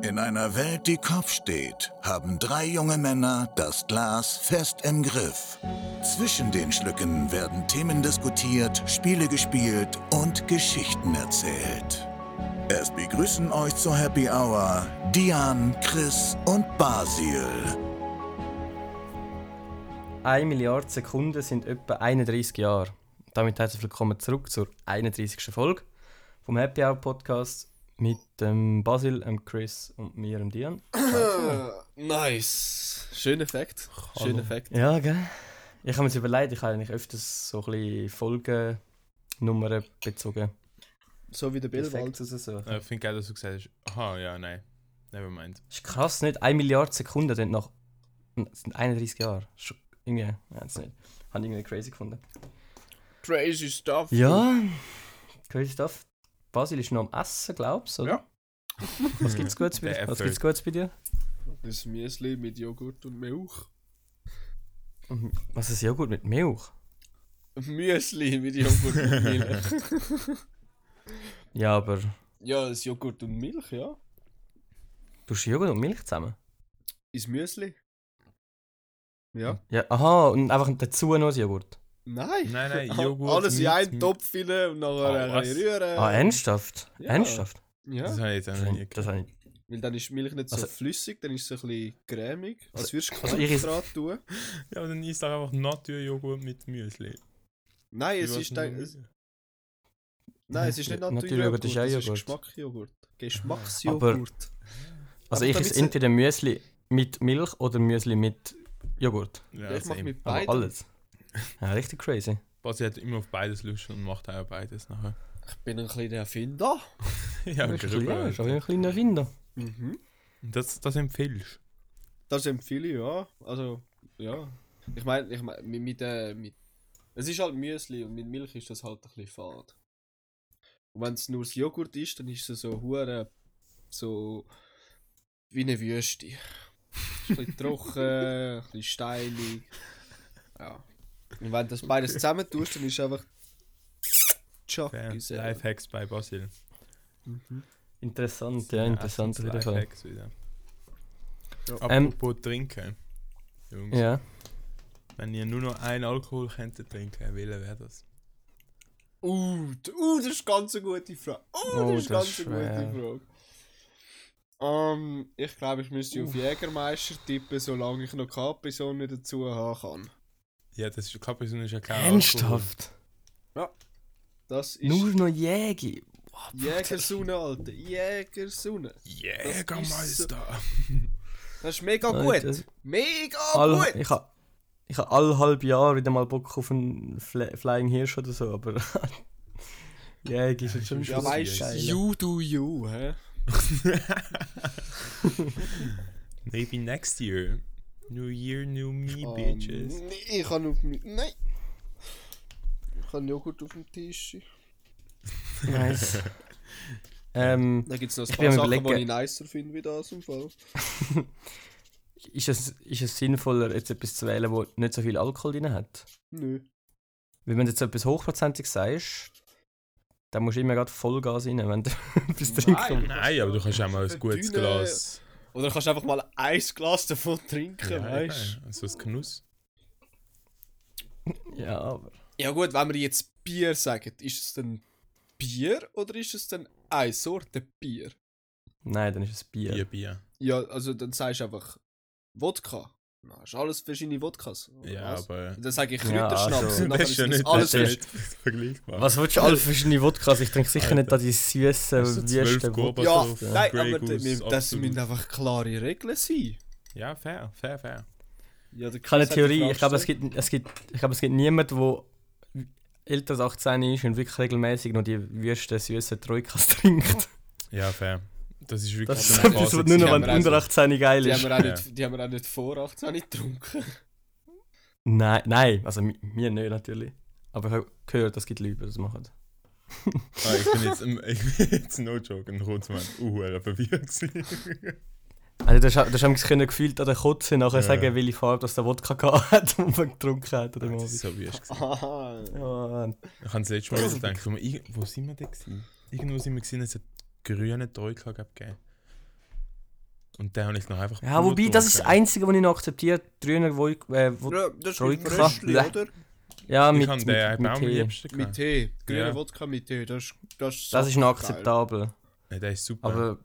In einer Welt, die Kopf steht, haben drei junge Männer das Glas fest im Griff. Zwischen den Schlücken werden Themen diskutiert, Spiele gespielt und Geschichten erzählt. Es begrüßen euch zur Happy Hour Dian, Chris und Basil. 1 Milliarde Sekunden sind etwa 31 Jahre. Damit herzlich willkommen zurück zur 31. Folge vom Happy Hour Podcast mit dem Basil, dem Chris und mir, dem Dian. Nice. Schöner Effekt. Schöner Effekt. Ja, gell? Ich habe mir jetzt überlegt, ich habe eigentlich öfters so ein bisschen Folgennummern bezogen. So wie der Billwald. Effekte raussuchen. Ja, Ich finde geil, dass du gesagt hast, aha, ja, nein. Nevermind. Ist krass, nicht? 1 Milliarde Sekunden sind noch. Das sind 31 Jahre. Ist Irgendwie, ja, das nicht. Habe ich irgendwie crazy gefunden. Crazy stuff. Ja, crazy stuff. Basil ist noch am Essen, glaubst du? oder? Ja. Was gibt's Gutes bei Der dir? Was Effort. gibt's Gutes bei dir? Das Müsli mit Joghurt und Milch. Was ist ja gut mit Milch? Müsli mit Joghurt und Milch. Ja, aber ja, das Joghurt und Milch, ja. du hast Joghurt und Milch zusammen. Ist Müsli? Ja. Ja, aha, und einfach dazu noch ein Joghurt. Nein. Nein, nein, Ah, Joghurt. Alles in mit- einen Topf rein und nachher Ah, was? rühren. ah, ernsthaft? Ähm, ja. Ernsthaft? Ja, Das habe ich jetzt auch Das noch hab nie ich- Das gehört. habe ich. weil dann ist die Milch nicht so Also- flüssig, dann ist es ein bisschen cremig. Also- Als würdest du also ich is- Knoblauch dran tun. Ja, aber dann isst du doch einfach Naturjoghurt mit Müsli. Nein, Wie es willst ist du dann... denn- Nein, es ist nicht Natürlich, Naturjoghurt, das Ah, ist auch es ist Joghurt. Geschmackjoghurt. Geschmacksjoghurt. Also, Aber ich esse da wird's- entweder Müsli mit Milch oder Müsli mit Joghurt. Ja, ich mache same. mit Aber beiden. alles. Ja, richtig crazy. Basti hat immer auf beides Lust und macht auch beides nachher. Ich bin ein kleiner Erfinder. ja, Das ist ein grüber, bisschen- ja, ist auch Alter. ein kleiner Finder. Mhm. das, das empfiehlst Das empfehle ich, ja. Also, ja. Ich meine, ich mein, mit, mit, äh, mit. Es ist halt Müsli und mit Milch ist das halt ein bisschen fad. Und wenn es nur das Joghurt ist, dann ist es so hure so wie eine Wüste. Ist ein bisschen trocken, ein bisschen steinig. Ja. Und wenn du das beides zusammen tust, dann ist einfach. Chuck, du. Lifehacks bei Basil. Interessant, ja, interessant auf jeden Fall. Lifehacks wieder. Ähm, Apropos trinken. Jungs, Ja. wenn ihr nur noch einen Alkohol könntet trinken, welcher wäre das? Uh, d- uh, das ist ganz eine gute Frage. Uh, Oh, das ist das ganz ist eine gute Frage. Ähm, ich glaube, ich müsste auf Jägermeister tippen, solange ich noch Capri-Sonne dazu haben kann. Ja, das ist Capri-Sonne ist ja kein Alkohol. Ernsthaft? Das ist Nur noch Jägi? Wow, Jägersonne, Alter. Jägersonne. Jägermeister! Das ist mega Alter, gut. das- Mega all, Ah, gut. Ich habe ich ha alle halbe Jahr wieder mal Bock auf einen Fle Flying Hirsch oder so, aber. Jägi ist jetzt schon Ja, weißt du, geil. you do you, hä? Maybe next year. New year, new me, Ähm, bitches. nee, ich kann auf mich. Nein. Ich habe Joghurt auf dem Tisch. Nice. ähm, Da gibt es noch ein Ich bin paar am Sachen, die überlegen. ich nicer finde, wie das im Fall. ist, es, ist es sinnvoller, jetzt etwas zu wählen, wo nicht so viel Alkohol drin hat? Nö. Weil wenn du jetzt etwas hochprozentiges sagst, dann musst du immer gerade Vollgas rein, wenn du etwas trinkst. Nein. Nein, aber du kannst auch mal ein gutes Verdünnen. Glas. Oder kannst du einfach mal ein Glas davon trinken, Ja, weißt du? ja, so ein Genuss. Ja, aber. Ja gut, wenn wir jetzt Bier sagen, ist es dann Bier oder ist es dann eine Sorte Bier? Nein, dann ist es Bier. Bier, Bier. Ja, also dann sagst du einfach Wodka. Na, ist alles verschiedene Wodkas. oder Ja, was? aber. Dann sage ich Ja, Kräuterschnaps. also- und nachher Das ist ja das nicht, alles das ist ja versch- nicht vergleichbar. Was äh, willst du alle verschiedene Wodkas? also Ich trinke sicher nicht Alter. an die süßen Hast du zwölf Wüste. Gurken? Ja, Also, nein, Grey aber Goose, das, das absolut. müssen einfach klare Regeln sein. Ja, fair, fair, fair. Ja, der Ich habe eine Chris hat Theorie. Ich Frage glaube, es gestellt. gibt, es gibt, ich glaube, es gibt niemanden, der älter als 18 ist und wirklich regelmäßig noch die wüsten süßen Troikas trinkt. Ja, fair. Das ist wirklich Das ist eine etwas, was Basis. nur noch, haben wenn wir du unter auch so. 18 geil Die haben, ist. wir auch nicht, die haben wir auch nicht vor 18 getrunken. Nein, nein, also mi- mir nicht natürlich. Aber ich habe gehört, es gibt Leute, die das machen. Ah, ich bin jetzt, im- ich bin jetzt no joke, ein Kurzmann. Uh, verwirrt gewesen. Also das, das haben wir gefühlt an der Kotze nachher Ja. sagen, welche Farbe das der Wodka gehabt hat und man getrunken hat. Oder Das ist was. so wüst gewesen. Aha. Ja, Ich habe das letzte Mal gedacht, so, ich- wo sind wir denn gewesen? Irgendwo sind wir gesehen, es hat grüne Troika gegeben. Und dann habe ich es noch einfach. Ja, wobei, pur das ist das getrunken. Einzige, was ich noch akzeptiere. Drüner, wo ich. Äh, wo, Ja, das ist Troika. mit Fröschli, Bleh. oder? ja, Ich mit, habe mit, den mit, eben auch am Tee. liebsten Mit gehabt. Tee. Grüner Ja. Wodka mit Tee. Das ist, das ist, Das ist noch geil. akzeptabel. Ja, der ist super. Aber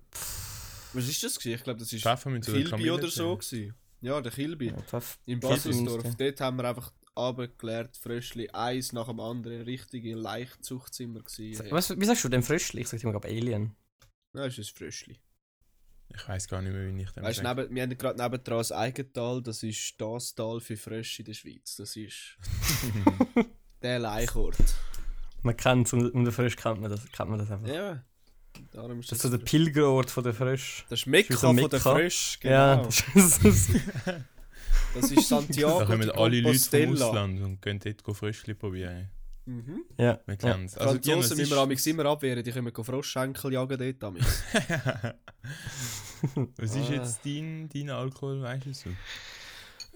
Was ist das? gewesen? Ich glaube, das ist Pfeffer mit so einer Kilby oder Kamille so. drin. Gewesen. Ja, der Kilby. ja, Pfeff- Im Basisdorf. Pfefferminztee. Dort haben wir einfach abgeklärt, Fröschli eins nach dem anderen. Richtige Leichtzuchtzimmer gewesen. Was, wie sagst du denn Fröschli? Ich sag immer, glaube Alien. Nein, ist ein Fröschli. Ich weiß gar nicht mehr, wie ich den Weißt, du, neben, wir haben gerade nebendran das Eigental, das ist das Tal für Frösche in der Schweiz. Das ist der Leichort. Man kennt es und und der Frösch kennt man das, kennt man das einfach. Ja. Darum ist Das das, ist so der Pilgerort von der Frösch. das ist Das Mekka ist so von der Mekka. Frösch, genau. Ja, das ist Das ist Santiago. da kommen de alle Leute vom Compostela. Ausland und gehen dort go Fröschli probieren. Mhm. ja. ja. Wir kennen es. Also die haben Franzosen es müssen wir amigs immer abwehren, die können go Froschschenkel jagen dort damit. Was ist Ah. jetzt dein, dein Alkohol, weißt du? so?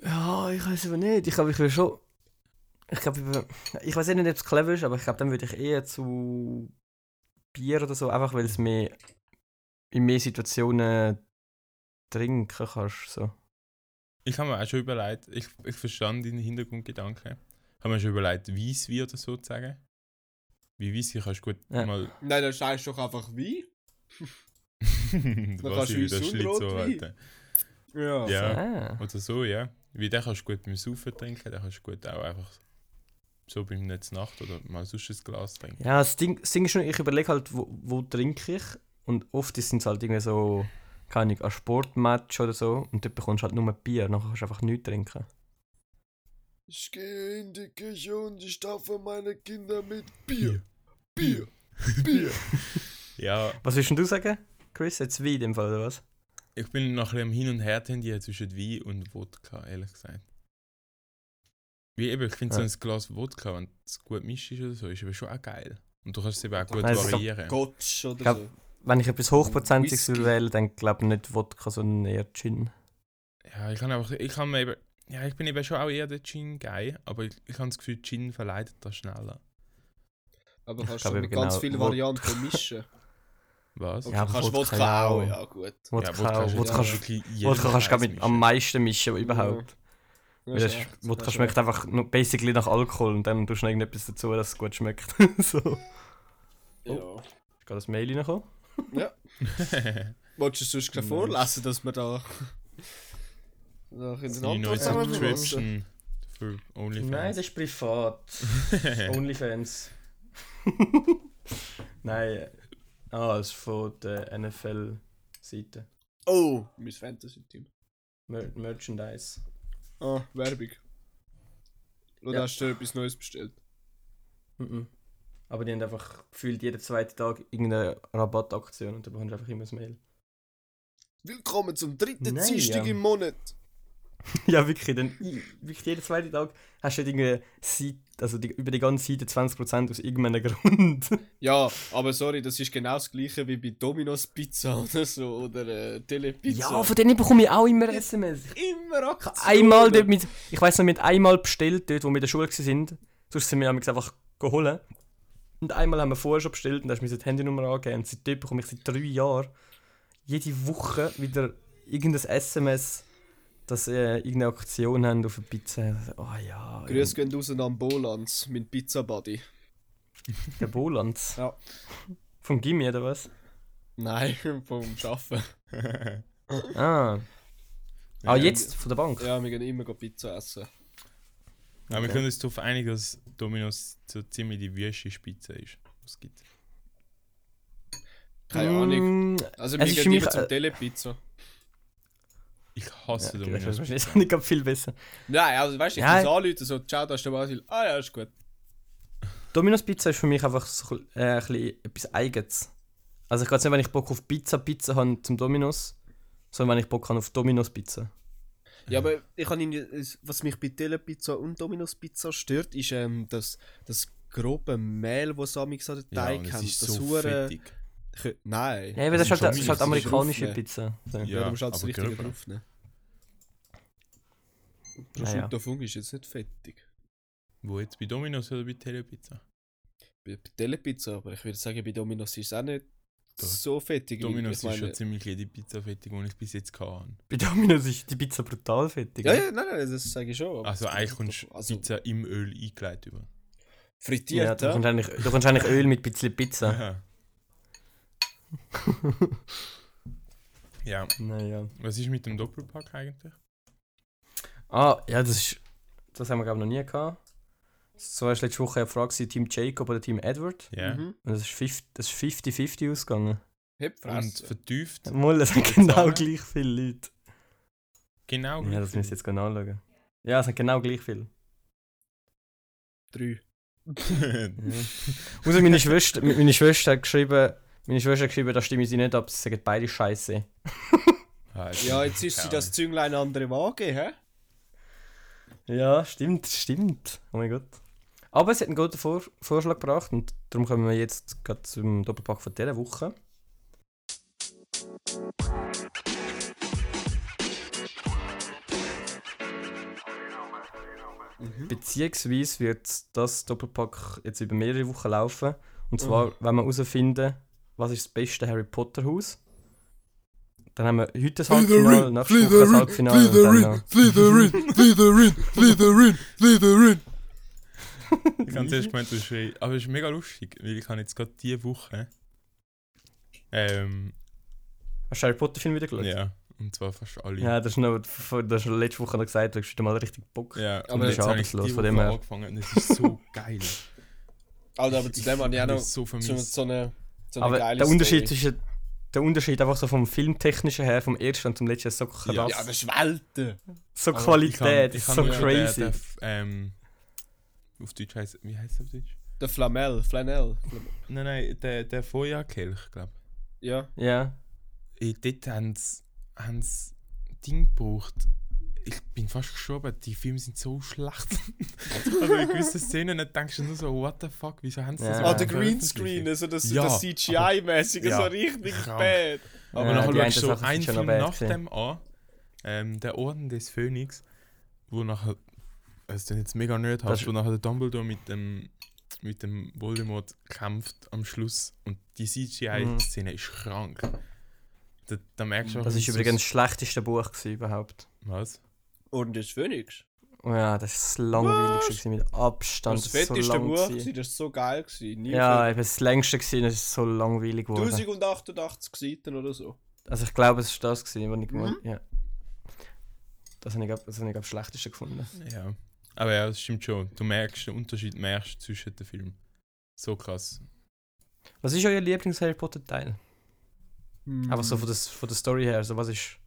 ja, ich weiß aber nicht. Ich glaube, ich würde schon. Ich glaube, ich, wär- ich weiß eh nicht, ob es clever ist, aber ich glaube, dann würde ich eher zu Bier oder so, einfach weil es mehr in mehr Situationen trinken kannst. So. Ich habe mir auch schon überlegt, ich, ich verstand deinen Hintergrundgedanken. Ich habe mir schon überlegt, Weisswein oder so zu sagen. Wie Weisswein kannst du gut Ja. mal... Nein, dann sagst du doch einfach wie. Man kannst du uns Unrotwein. Ja. Ja, Ah. oder so, ja. Wie den kannst du gut beim Saufen trinken, den kannst du gut auch einfach so beim Netz Nacht oder mal sonst ein Glas trinken. Ja, das Ding, das Ding ist nur, ich überlege halt, wo, wo trinke ich. Und oft sind es halt irgendwie so, keine Ahnung, ein Sportmatch oder so. Und dort bekommst du halt nur Bier, nachher kannst du einfach nichts trinken. Ich gehe in die Küche und ich taufe meine Kinder mit Bier. Bier. Ja, Was willst denn du sagen, Chris? Jetzt wie in dem Fall, oder was? ich bin noch ein bisschen am Hin und Her tendieren zwischen Wein und Wodka, ehrlich gesagt. Wie eben, ich finde Ja. so ein Glas Wodka, wenn es gut mischt ist oder so, ist aber schon auch geil. Und du kannst es eben auch gut Nein, es ist doch variieren. Gotsch oder Glaub- so. Wenn ich etwas Hochprozentiges Whisky. will wählen, dann glaube ich nicht Wodka, sondern eher Gin. Ja, ich kann einfach, ich kann mir eben, ja, ich bin eben schon auch eher der Gin-Guy, aber ich, ich habe das Gefühl, Gin verleitet das schneller. Aber Ich kannst glaub du eben mit ganz genau, vielen wo- Varianten mischen. Was? Okay, Ja, aber kannst Wodka Wodka ja auch, auch. ja gut. Wodka, auch. ist- Wodka, ja kannst- wirklich jeder Wodka kannst du Scheiß glaub ich, am mischen. meisten mischen überhaupt. Weil das, ist echt, Wodka das ist schmeckt echt. einfach nur basically nach Alkohol und dann tust du noch irgendetwas dazu, dass es gut schmeckt. so. Ist Ja. gerade das Mail reingekommen? Wolltest du sonst gleich vorlesen, dass wir da. da können Die neue zusammenfassen? Subscription für OnlyFans. ist privat. OnlyFans. Nein. äh, Ah, das ist von der NFL-Seite. Oh, mein Fantasy-Team. Mer Merchandise. Ah, Werbung. Oder Ja. hast du dir etwas Neues bestellt? Mhm. Aber die haben einfach gefühlt jeden zweiten Tag irgendeine Rabattaktion und dann bekommst du einfach immer das Mail. Willkommen zum dritten Nein, Dienstag ja. im Monat. ja, wirklich. Dann, i- wirklich jeden zweiten Tag hast du halt irgendeine Seite, also die, über die ganze Seite 20% aus irgendeinem Grund. Ja, aber sorry, das ist genau das gleiche wie bei Domino's Pizza oder so oder äh, Telepizza. Ja, von denen bekomme ich auch immer SMS. immer Aktionen. Aktionen. einmal dort mit, ich weiß noch, mit einmal bestellt, dort, wo wir in der Schule waren. Sonst sind wir amigs einfach geholt. Und einmal haben wir vorher schon bestellt und da hast du mir so die Handynummer angegeben. Und seitdem bekomme ich seit drei Jahren jede Woche wieder irgendein SMS, dass äh, irgendeine Aktion haben auf eine Pizza. Oh ja, Grüße gehen raus an Bolanz, mein Pizza-Buddy. der Bolanz. Ja. Vom Gimmi oder was? Nein, vom Arbeiten. Ah. Ah, jetzt von der Bank. Ja, wir gehen immer go Pizza essen. Aber wir können uns darauf einigen, dass Dominos so ziemlich die wüste Spitze ist, was es gibt. Keine Ahnung. Mm, Also, es wir ist für gehen mich, immer zum äh, Telepizza. Ich hasse ja, das Dominos. ist wahrscheinlich nicht viel besser. Nein, also, weißt du, ich Ja. muss anrufen, so, ciao, da ist der Basil. Ah, ja, ist gut. Domino's Pizza ist für mich einfach so, äh, ein bisschen etwas Eigenes. Also ich kann nicht, wenn ich Bock auf Pizza, Pizza habe zum Domino's, sondern wenn ich Bock habe auf Domino's Pizza. Ja, aber ich habe ihn, was mich bei Telepizza und Domino's Pizza stört, ist ähm, das, das grobe Mehl, das Samix an den Ja, Teig und haben. es ist das so hure- fettig. Kö- Nein. Ja, aber das, ist halt, das ist halt Domino's. amerikanische Das ist Pizza. So. Ja, Ja, du musst halt das aber Richtige gröber. drauf nehmen. Naja. Prosciutto Fungi ist jetzt nicht fettig. Wo jetzt, bei Dominos oder bei Telepizza? Bei, bei Telepizza, aber ich würde sagen, bei Domino's ist es auch nicht Da- so fettig. weil Dominos ich meine- ist schon ziemlich jede Pizzafettig, die ich bis jetzt hatte. Bei Dominos ist die Pizza brutal fettig. Ja, ja, nein, nein, Oh, das sage ich schon. aber Also es gibt eigentlich doch- kommst du also, Pizza im Öl eingelegt über. frittiert, ja ja. du, kommst eigentlich, du kommst eigentlich Öl mit ein bisschen Pizza. Ja. ja, Naja. was ist mit dem Doppelpack eigentlich? Ah, ja, das ist. Das haben wir, glaube ich, noch nie gehabt. So hast letzte Woche eine Frage gewesen, Team Jacob oder Team Edward. Ja. Mhm. Und das ist 50 das ist 50-50 ausgegangen. Hep, Und Fresse. vertieft, Moll, es sind Alle genau zusammen? gleich viele Leute. genau. Ja, das müsst ihr jetzt gerne anschauen. Ja, es sind genau gleich viele. Drei. Ja. Außer meine Schwester, meine Schwester hat geschrieben, meine Schwester hat geschrieben, da stimme ich sie nicht ab, sie sagen beide Scheiße. Ah, Ja, jetzt ist sie das Zünglein andere Waage, hä? Ja, stimmt, stimmt. Oh mein Gott. Aber sie hat einen guten Vor Vorschlag gebracht und darum kommen wir jetzt gerade zum Doppelpack von dieser Woche. Beziehungsweise wird das Doppelpack jetzt über mehrere Wochen laufen. Und zwar, wenn wir herausfinden, was ist das beste Harry Potter Haus. Dann haben wir heute das Halbfinale, nächste Woche das Halbfinale und dann noch... Slytherin, Slytherin, Slytherin, Slytherin. Ich habe zuerst gemeint, du schreien. Aber es ist mega lustig, weil ich habe jetzt gerade diese Woche. Ähm, Hast du Harry Potter Film wieder geschaut? ja, und zwar fast alle. Ja, das ist noch, vor- das ist letzte Woche noch gesagt, du hast wieder mal richtig Bock. Ja, Aber und jetzt jetzt habe ich arbeitslos, die von Woche dem her. angefangen und es ist so geil. Alter, aber zu dem habe ich auch noch so, so vermisst. so eine, so eine Aber geile der Unterschied Story. zwischen der Unterschied einfach so vom filmtechnischen her, vom ersten und zum letzten ist so krass. Ja, Ja, das ist Welten. so Aber Qualität, ich ist kann- so ich kann nur den- crazy. den F- ähm, auf Deutsch heißt wie heißt es auf Deutsch? Der Flamel, Flanell. Flam- Nein, nein, der, der Feuerkelch, glaube Ja. Ja. ich. Äh, Dort haben sie, haben sie Ding gebraucht. Ich bin fast gestorben, die Filme sind so schlecht. also in gewissen Szenen denkst du nur so, what the fuck, wieso haben sie das Ja. überhaupt Ah, der veröffentlicht? Greenscreen, also das, Ja, das CGI-mäßige, aber- so ja, richtig krank. bad. Aber ja, nachher die einen schaust du so Sachen sind einen schon Film noch bad nach gewesen. dem an, ähm, der Orden des Phönix, wo nachher, es den jetzt mega nerd Das hast, ist- wo nachher der Dumbledore mit dem, mit dem Voldemort kämpft am Schluss und die CGI-Szene ist krank. Da, da merkst du auch, Mhm. Das ist dass übrigens das schlechteste Buch gewesen überhaupt. Was? Und das Phoenix. Oh ja, das ist das langweiligste gewesen, mit Abstand. Das, Das ist so fetteste lang Buch, gewesen. gewesen, das war so geil. Gewesen. Nie Ja, eben das längste gewesen, das ist so langweilig auf geworden. 1088 Seiten oder so. Also ich glaube, es war das gewesen, was ich Mhm. gemeint ja. Das habe ich, glaub- das habe ich glaub, am schlechtesten gefunden. Ja. Aber ja, das stimmt schon. Du merkst, den Unterschied merkst du zwischen den Filmen. So krass. Was ist euer Lieblings-Harry Potter-Teil? Hm. Einfach so von der, von der Story her, so was ist.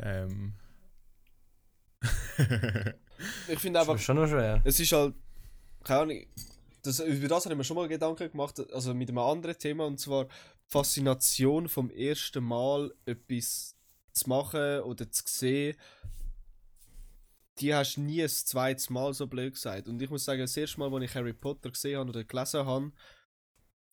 Ähm. Ich finde Das einfach, ist schon noch schwer. es ist halt. Keine Ahnung. Das, über das habe ich mir schon mal Gedanken gemacht, also mit einem anderen Thema, und zwar die Faszination vom ersten Mal etwas zu machen oder zu sehen. Die hast du nie ein zweites Mal so blöd gesagt. Und ich muss sagen, das erste Mal, als ich Harry Potter gesehen habe oder gelesen habe,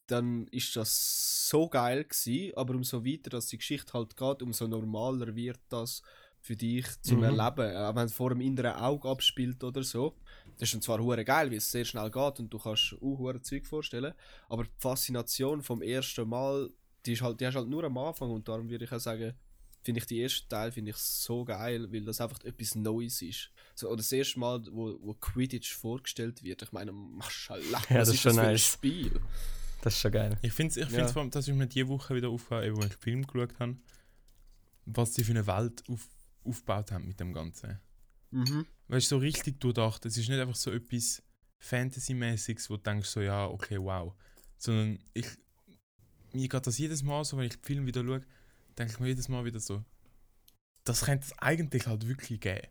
dann ist das so geil gewesen, aber umso weiter, dass die Geschichte halt geht, umso normaler wird das für dich zum Mhm. Erleben. Auch wenn es vor dem inneren Auge abspielt oder so. Das ist dann zwar hure geil, weil es sehr schnell geht und du kannst auch hure Zeug vorstellen, aber die Faszination vom ersten Mal, die, ist halt, die hast du halt nur am Anfang und darum würde ich auch sagen, finde ich den ersten Teil finde ich so geil, weil das einfach etwas Neues ist. So, oder das erste Mal, wo, wo Quidditch vorgestellt wird, ich meine, Maschallah, Ja, das was ist ist das schon für ein nice. Spiel? Das ist schon geil. Ich finde es ich find's Ja. vor allem, das ist mir diese Woche wieder aufgefallen, eben, als ich den Film geschaut habe, was die für eine Welt auf, aufgebaut haben mit dem Ganzen. Mhm. Weißt du, so richtig durchdacht. Es ist nicht einfach so etwas Fantasy-mäßiges, wo du denkst, so, ja, okay, wow. Sondern ich. Mir geht das jedes Mal so, wenn ich den Film wieder schaue, denke ich mir jedes Mal wieder so, das könnte es eigentlich halt wirklich geben.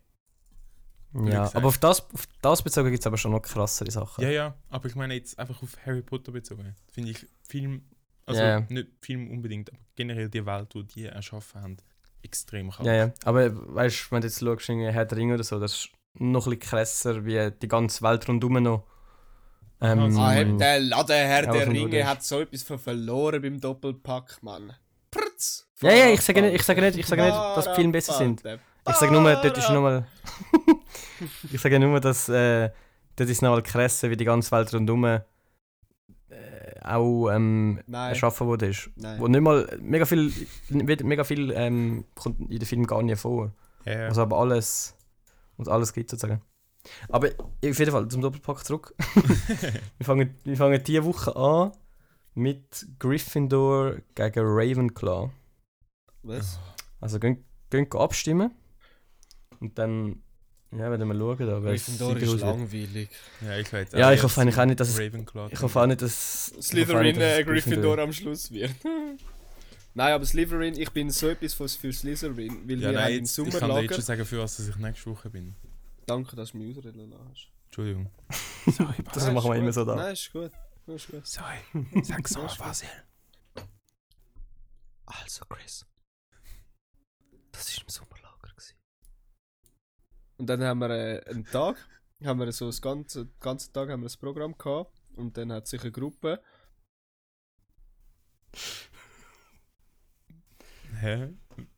Wie Ja, gesagt. aber auf das, auf das bezogen gibt es aber schon noch krassere Sachen. Ja, ja, aber ich meine jetzt einfach auf Harry Potter bezogen. Finde ich Film, also Ja, ja. nicht Film unbedingt, aber generell die Welt, die die erschaffen haben, extrem krass. ja, ja. Aber weißt du, wenn du jetzt schaust, irgendwie Herr der Ringe oder so, das ist noch ein bisschen krasser, wie die ganze Welt rundum noch. Ähm, Mhm. Ah, eben, der Ladenherr Ja, was der denn du Ringe denkst? hat so etwas von verloren beim Doppelpack, Mann. Prtz! ja, ja, ich sage nicht, ich sage nicht, ich sage nicht dass die Filme besser sind. Ich sage nur, dort Ah! ist nochmal. ich sage nur, dass äh, dort ist nochmal krasser, wie die ganze Welt rundum äh, auch ähm, Nein. erschaffen worden ist. Nein. Wo nicht mal, mega viel, wird- mega viel ähm, kommt in den Filmen gar nicht vor. Ja, ja. Also aber alles, was alles gibt sozusagen. Aber auf jeden Fall, zum Doppelpack zurück. wir, fangen, wir fangen diese Woche an mit Gryffindor gegen Ravenclaw. Was? Also gehen, gehen abstimmen. Und dann ja, werden wir schauen, da, wer es Gryffindor Sieger ist auswählt. langweilig. ja, ich weiß. Also Ja, ich hoffe eigentlich auch nicht, dass es- Ravenclaw. Ich hoffe auch nicht, dass. ich hoffe auch Slytherin nicht, dass es äh, Gryffindor am Schluss wird. nein, aber Slytherin, ich bin so etwas für, für Slytherin, weil Ja, wir nein, haben im jetzt, ich kann dir jetzt Sommerlager... schon sagen, für was dass ich nächste Woche bin. Danke, dass du mich ausreden lässt. Entschuldigung. Das Nein, machen ist wir immer gut. so da. Nein, ist gut. Das ist gut. Sorry. Sag's mal, Basil. Also, Chris. Das war im Sommerlager. Gewesen. Und dann haben wir äh, einen Tag, haben wir so das ganze, den ganzen Tag haben wir das Programm gehabt. Und dann hat sich eine Gruppe. Hä?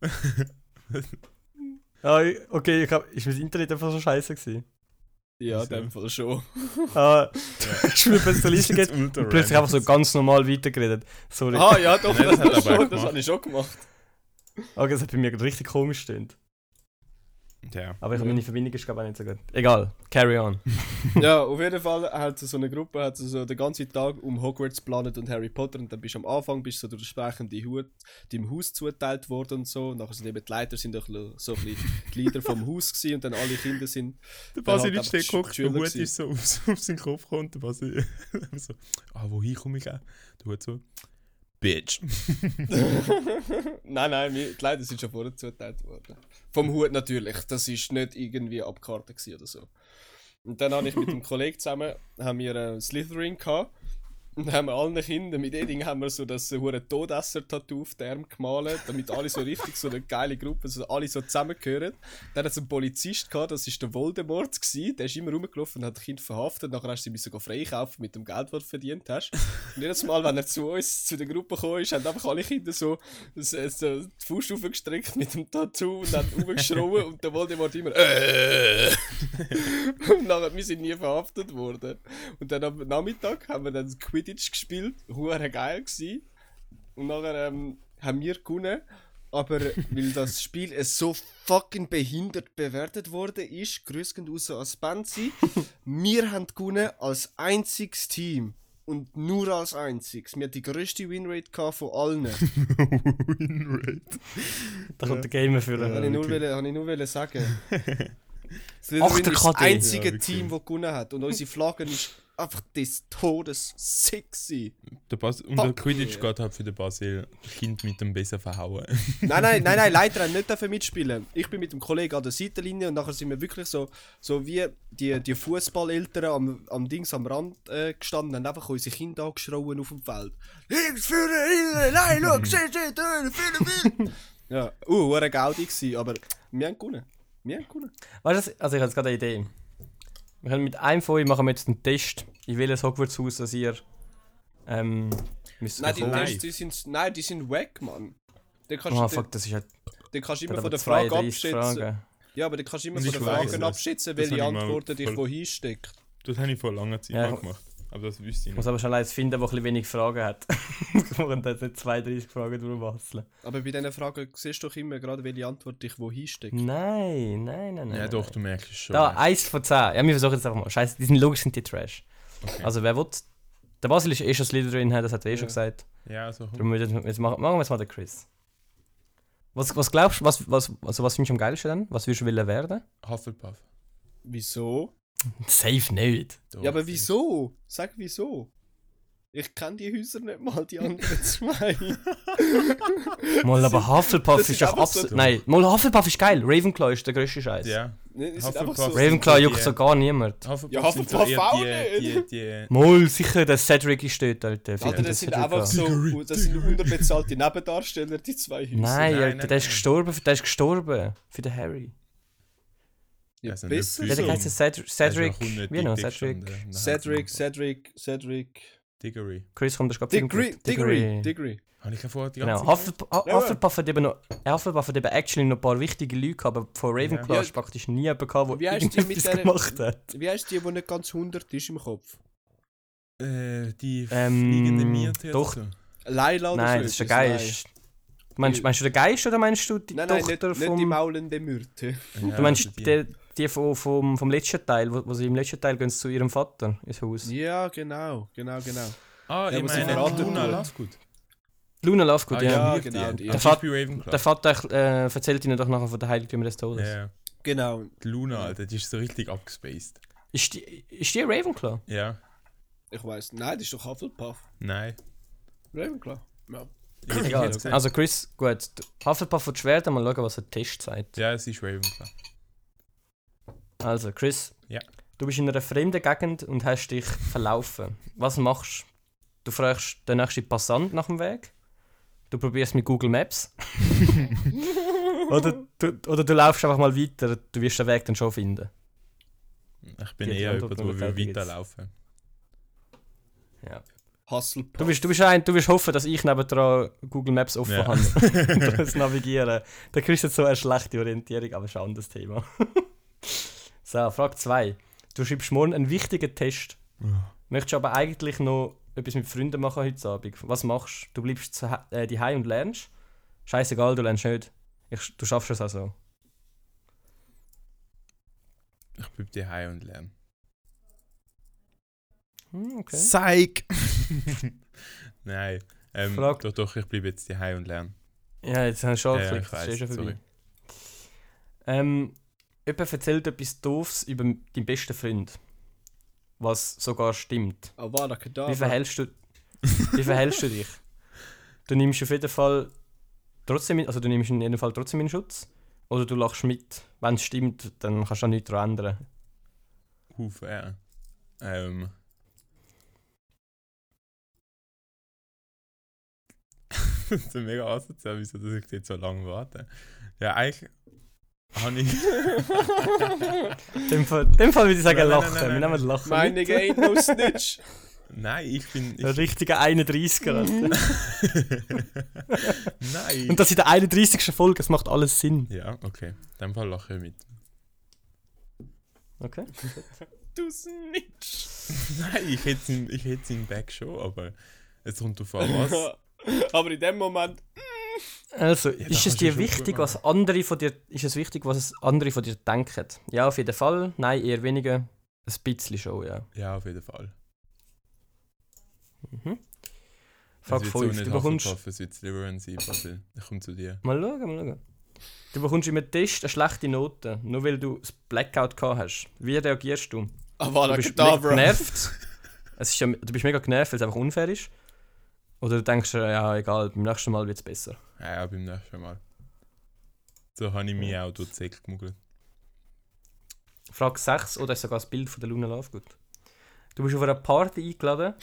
Ah, okay, ich hab, ist mein Internet einfach so scheiße gewesen. Ja, in Wieso? dem Fall schon. Ah, ich bin plötzlich zur Liste geht Ultra und plötzlich einfach so ganz normal weitergeredet. Sorry. Ah, ja, doch, Nein, das das, hat er das, aber schon, gemacht. das habe ich schon gemacht. Okay, Oh, das hat bei mir gerade richtig komisch gestimmt. Ja. Aber ich Ja. meine Verbindung ist glaube ich auch nicht so gut. Egal, carry on. ja, auf jeden Fall hat so eine Gruppe hat so den ganzen Tag um Hogwarts geplant und Harry Potter. Und dann bist du am Anfang bist du so durch den sprechenden Hut deinem Haus zugeteilt worden und so. Und nachher sind eben die Leiter sind doch so ein bisschen die Leader vom Haus gewesen. Und dann alle Kinder sind Der Basil Basil Dann ist hat er der ist einfach geguckt, geguckt, der der Schüler Hut gewesen. Hut ist ist so auf, seinen Kopf gekommen. Der Basil so, ah, wohin komme ich auch? Der Hut so, Bitch. nein, nein, wir- die Leute sind schon vorher zugeteilt worden. Vom Hut natürlich. Das ist nicht irgendwie abgekartet gewesen oder so. Und dann habe ich mit einem Kollegen zusammen haben wir äh, Slytherin gehabt. Und haben wir allen Kindern, mit dem Ding haben wir so das äh, hure Todesser-Tattoo auf den Arm gemalt, damit alle so richtig so eine geile Gruppe, so alle so zusammengehören. Dann hat es einen Polizist gehabt, das war der Voldemort, gewesen. der ist immer rumgelaufen und hat das Kind verhaftet, nachher hast du sie müssen go freikaufen mit dem Geld, das du verdient hast. Und jedes Mal, wenn er zu uns, zu der Gruppe gekommen ist, haben einfach alle Kinder so, so, so die Faust aufgestreckt mit dem Tattoo und dann rumgeschrien und der Voldemort immer äh. Und nachher, wir sind nie verhaftet worden. Und dann am Nachmittag haben wir dann Quidditch gespielt, hure geil gsi. Und nachher ähm, haben wir gewonnen. Aber weil das Spiel äh, so fucking behindert bewertet wurde, ist, grüßend raus an Spenzi, wir haben gewonnen als einziges Team. Und nur als einziges. Wir hatten die grösste Winrate gehabt von allen. Winrate. Da kommt der Gamer für Habe ich, einen. nur wollen- habe ich nur wollen sagen. Ach, Slytherin der ist das KD. einzige Ja, wirklich. Team, das gewonnen hat. Und unsere Flagge ist einfach des Todes sexy. Der Bas und der Fuck Quidditch yeah. geht halt für den Basil Kind mit dem Besen verhauen. Nein, nein, nein, nein, Leiter haben nicht dafür mitspielen. Ich bin mit dem Kollegen an der Seitenlinie und nachher sind wir wirklich so, so wie die, die Fußballeltern am, am Dings am Rand äh, gestanden und einfach unsere Kinder angeschrauen auf dem Feld. Links, Führer, hinten, nein, schau, shit, shit, Führer, Führer. Ja, uh, war eine Gaudi gewesen, aber wir haben gewonnen. Wir haben gewonnen. Weißt du, was? also ich habe jetzt gerade eine Idee. Wir können mit einem von euch machen wir jetzt einen Test. Ich will ein Hogwarts-Haus, das ihr ähm, müsst Nein, die, bekommen. Tests, die sind, nein, die sind weg, Mann. Den kannst, Ah, du- fuck, das ist halt den, den kannst du immer hat von aber der Frage 32 abschätzen. Fragen. Ja, aber den kannst du immer Ich von den weiß Fragen es. abschätzen, Das welche habe ich mal Antworten dich voll- wohin steckt. Das habe ich vor langer Zeit Ja, mal ich- gemacht. Aber das wüsste ich Ich nicht. muss aber schon eins finden, das ein bisschen wenig Fragen hat. Wir können da jetzt nicht 32 Fragen durchwasseln. Aber bei diesen Fragen siehst du doch immer gerade, welche Antwort dich wohin Hm. steckt. Nein, nein, nein, nein. Ja, doch, nein. du merkst es schon. Da, eins von 10. Ja, wir versuchen jetzt einfach mal. Scheiße, die sind logisch sind die Trash. Okay. Also wer will. Der Basil ist eh schon das Lied drin, das hat er eh Ja. schon gesagt. ja, also komm. Darum würden wir jetzt machen, machen wir jetzt mal den Chris. Was, was glaubst du, was, was, also was findest du am geilsten denn? Was würdest du wollen werden? Hufflepuff. Wieso? Safe nicht. Doch, ja, aber das ist- wieso? Sag wieso? Ich kenne die Häuser nicht mal, die anderen zwei. Mal aber Hufflepuff das ist ist doch einfach so absolut. dumm. Nein, mal Hufflepuff ist geil. Ravenclaw ist der größte Scheiß. Ja. Ne, es sind Hufflepuff. einfach so. Raven- Ravenclaw Die- juckt so gar niemand. Hufflepuff, Ja, sind Hufflepuff eher auch die, nicht. Die, die, Mal sicher, der Cedric ist dort, Alter. Alter, Also, das sind einfach so. oh, Das sind unterbezahlte Nebendarsteller, die zwei Häuser. Nein, nein, Alter, nein, der ist nein. gestorben, für- der ist gestorben. Für den Harry. Ja, Also nicht besser. für Der Wieso? der heißt Cedric, Das ist ja Cedric, unnötig wie noch, Also dick äh, Cedric. gestanden. Nein, Cedric, das ist Cedric, Cedric. Diggory. Chris kommt, das gerade Diggory, Diggory, Diggory. Habe ich ja vorher die ganze Genau, Zeit Hufflepuff, Ja, Hufflepuff hat eben noch, Hufflepuff hat eben actually noch ein paar wichtige Leute gehabt, aber von Ravenclaw Ja. ist praktisch nie jemand gehabt, der Wie heisst die mit irgendetwas der- gemacht hat. Wie heißt die, die nicht ganz 100 ist im Kopf? Äh, die Ähm, fliegende Myrte doch. oder so? Leila oder Nein, so das ist ein etwas? Nein. Geist. Meinst, meinst du den Geist oder meinst du die Nein, nein, Tochter nicht, nicht die vom. maulende Myrte. Ja, du meinst also die, die vom, vom, vom letzten Teil, wo, wo sie im letzten Teil gehen sie zu ihrem Vater ins Haus. Ja, genau, genau, genau. Ah, Ja, ich wo sie meine, verraten Luna wurde. Lovegood. Luna Lovegood, Ah, ja. ja. die Myrte, genau, die. Ah, Der Vater- Vater- Ravenclaw. Der Vater äh, erzählt ihnen doch nachher von der Heiligtümer des Ja, Todes. ja. Genau. Die Luna, Alter, die ist so richtig abgespaced. Ist, die, ist die Ravenclaw? Ja, Ich weiß. Nein, das ist doch Hufflepuff. nein. Ravenclaw. Ja. Egal. gesagt. Also Chris, gut. du- Hufflepuff wird schwer, dann mal schauen, was der Test sagt. Ja, es ist Ravenclaw. Also Chris, Ja. du bist in einer fremden Gegend und hast dich verlaufen. Was machst du? Du fragst den nächsten Passant nach dem Weg. Du probierst mit Google Maps. oder, du, oder du laufst einfach mal weiter, du wirst den Weg dann schon finden. Ich bin Die halt eher jemand, Antwort der möglichkeit will gibt's. weiterlaufen. Hufflepuff. Du wirst, du wirst, ein, du wirst hoffen, dass ich nebendran Google Maps offen Ja. habe und das Navigieren. Da kriegst du jetzt so eine schlechte Orientierung, aber ist ein anderes Thema. so, Frage 2. Du schreibst morgen einen wichtigen Test. Möchtest aber eigentlich noch etwas mit Freunden machen heute Abend. Was machst du? Du bleibst zu Hause äh, daheim und lernst? Scheißegal, du lernst nicht. Ich, du schaffst es also. auch so. Ich bleib daheim und lerne. Hm, okay. Psych! nein. Ähm, Frag- doch, doch, ich bleib jetzt daheim und lerne. Ja, jetzt haben wir schon Ja, ja, geklickt, ich das weiss, ist eh schon sorry. vorbei. Ähm, jemand erzählt etwas Doofes über deinen besten Freund. Was sogar stimmt. Avada Kedavra. Wie verhältst du, wie verhältst du dich? Du nimmst auf jeden Fall trotzdem, in- also du nimmst in jedem Fall trotzdem in Schutz. Oder du lachst mit. Wenn es stimmt, dann kannst du auch nichts daran ändern. Huf, ja. Ähm. das ist mega asozial, wieso dass ich jetzt so lange warte. Ja, eigentlich. Habe ich. In dem Fall, in dem Fall würde ich sagen, Nein, nein, lachen. nein, nein, Wir nehmen Lachen. Meine mit. Gate no Snitch. Nein, ich bin. Ein Ich, richtiger 31er. Alter. nein! Und das in der 31. Folge, das macht alles Sinn. ja, okay. In dem Fall lache ich mit. Okay? Du Snitch. Nein, ich hätte ihn, ich hätte ihn back schon, aber es kommt auf an, was. Aber in dem Moment. Also, da ist es kannst du dir schon gut wichtig, machen. was andere von dir, ist es wichtig, was es andere von dir denken? Ja, auf jeden Fall. Nein, eher weniger. Ein bisschen schon, ja. Ja, auf jeden Fall. Mhm. Es Frage wird 5. Also nicht du bekommst. Hufflepuff, Es wird Slytherin sein, Basil. Ich komme zu dir. Mal schauen, mal schauen. Du bekommst im Test eine schlechte Note, nur weil du das Blackout gehabt hast. Wie reagierst du? Du Avada bist mega Kedavra. genervt. Es ist ja, du bist mega genervt, weil es einfach unfair ist. Oder du denkst, äh, ja, egal, beim nächsten Mal wird es besser. Ja, ja, beim nächsten Mal. So habe ich mich auch durch die Säcke gemogelt. Frage 6, oder ist sogar das Bild von der Luna Lovegood. Du bist auf einer Party eingeladen,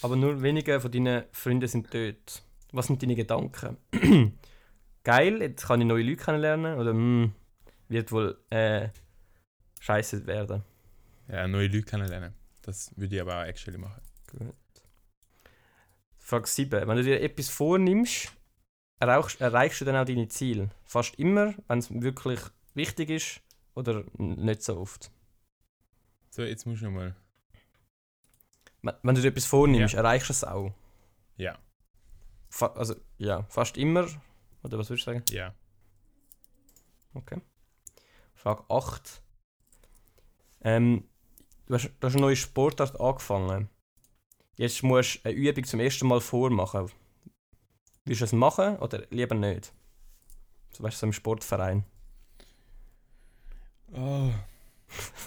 aber nur wenige von deinen Freunden sind dort. Was sind deine Gedanken? Geil, jetzt kann ich neue Leute kennenlernen oder mm, wird wohl äh, scheiße werden. Ja, neue Leute kennenlernen. Das würde ich aber auch actually machen. Frage 7. Wenn du dir etwas vornimmst, erreichst, erreichst du dann auch deine Ziele? Fast immer, wenn es wirklich wichtig ist oder n- nicht so oft. So, jetzt musst du nochmal. Wenn- Wenn du dir etwas vornimmst, erreichst du es auch. Ja, Fa also, ja, fast immer. Oder was würdest du sagen? ja. Frage 8. Ähm, du, hast, du hast eine neue Sportart angefangen. Jetzt musst du eine Übung zum ersten Mal vormachen. Willst du es machen oder lieber nicht? Zum Beispiel so im Sportverein. Oh,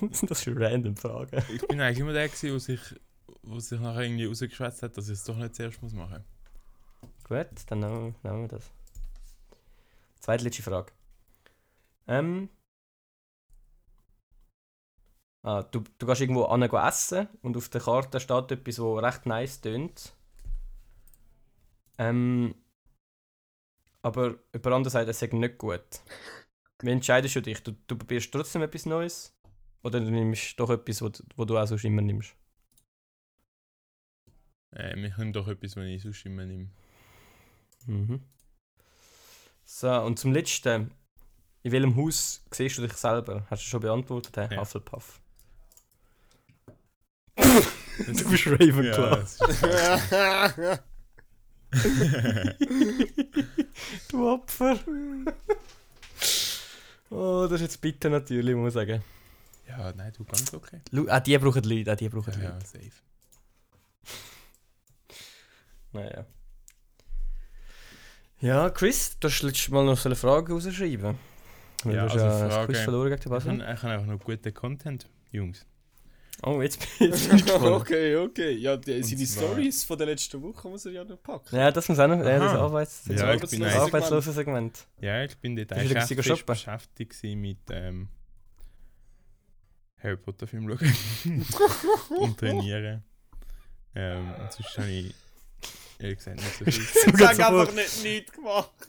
das sind das für random Fragen. ich bin eigentlich immer der, gewesen, der sich, wo sich nachher irgendwie rausgeschwätzt hat, dass ich es doch nicht zuerst muss machen Gut, dann nehmen wir, nehmen wir das. Zweitletzte Frage. Ähm. Ah, du, du gehst irgendwo an essen und auf der Karte steht etwas, wo recht nice tönt. Ähm. Aber jemand anderes sagt, es sei nicht gut. Wie entscheidest du dich? Du, du probierst trotzdem etwas Neues? Oder du nimmst doch etwas, wo, du- wo du auch sonst immer nimmst? muss. Ähm, ich nehme doch etwas, was ich sonst immer nehme. Mhm. So, und zum letzten. In welchem Haus siehst du dich selber? Hast du schon beantwortet, hä? Ja. Hufflepuff. Du bist Ravenclaw. Ja, das ist- Du Opfer. oh, das ist jetzt bitter natürlich, muss man sagen. ja, nein, du ganz okay. Lu- Auch die brauchen Leute, auch die brauchen Ja, Leute. ja, safe. Naja. Ja, Chris, du hast letztes Mal noch so eine Frage rausschreiben. Weil Ja, du hast also ja das Frage. Quiz verloren gegen den Ich Basel. habe einfach noch guten Content, Jungs. Oh, jetzt bin jetzt bin ich gespannt. okay, okay. Ja, die, seine zwar- Stories von der letzten Woche muss er ja noch packen. Ja, das muss auch noch. Ja, das Aha. Arbeits Ja, das ich bin Arbeits- ein- arbeitslose Segment. Ja, ich bin dort Bist du wieder eigentlich shoppen? fest beschäftigt gewesen mit ähm, Harry Potter Film schauen und trainieren. Ähm, und sonst habe ich ehrlich gesagt nicht so viel. Sag Sag einfach einfach nicht nichts gemacht.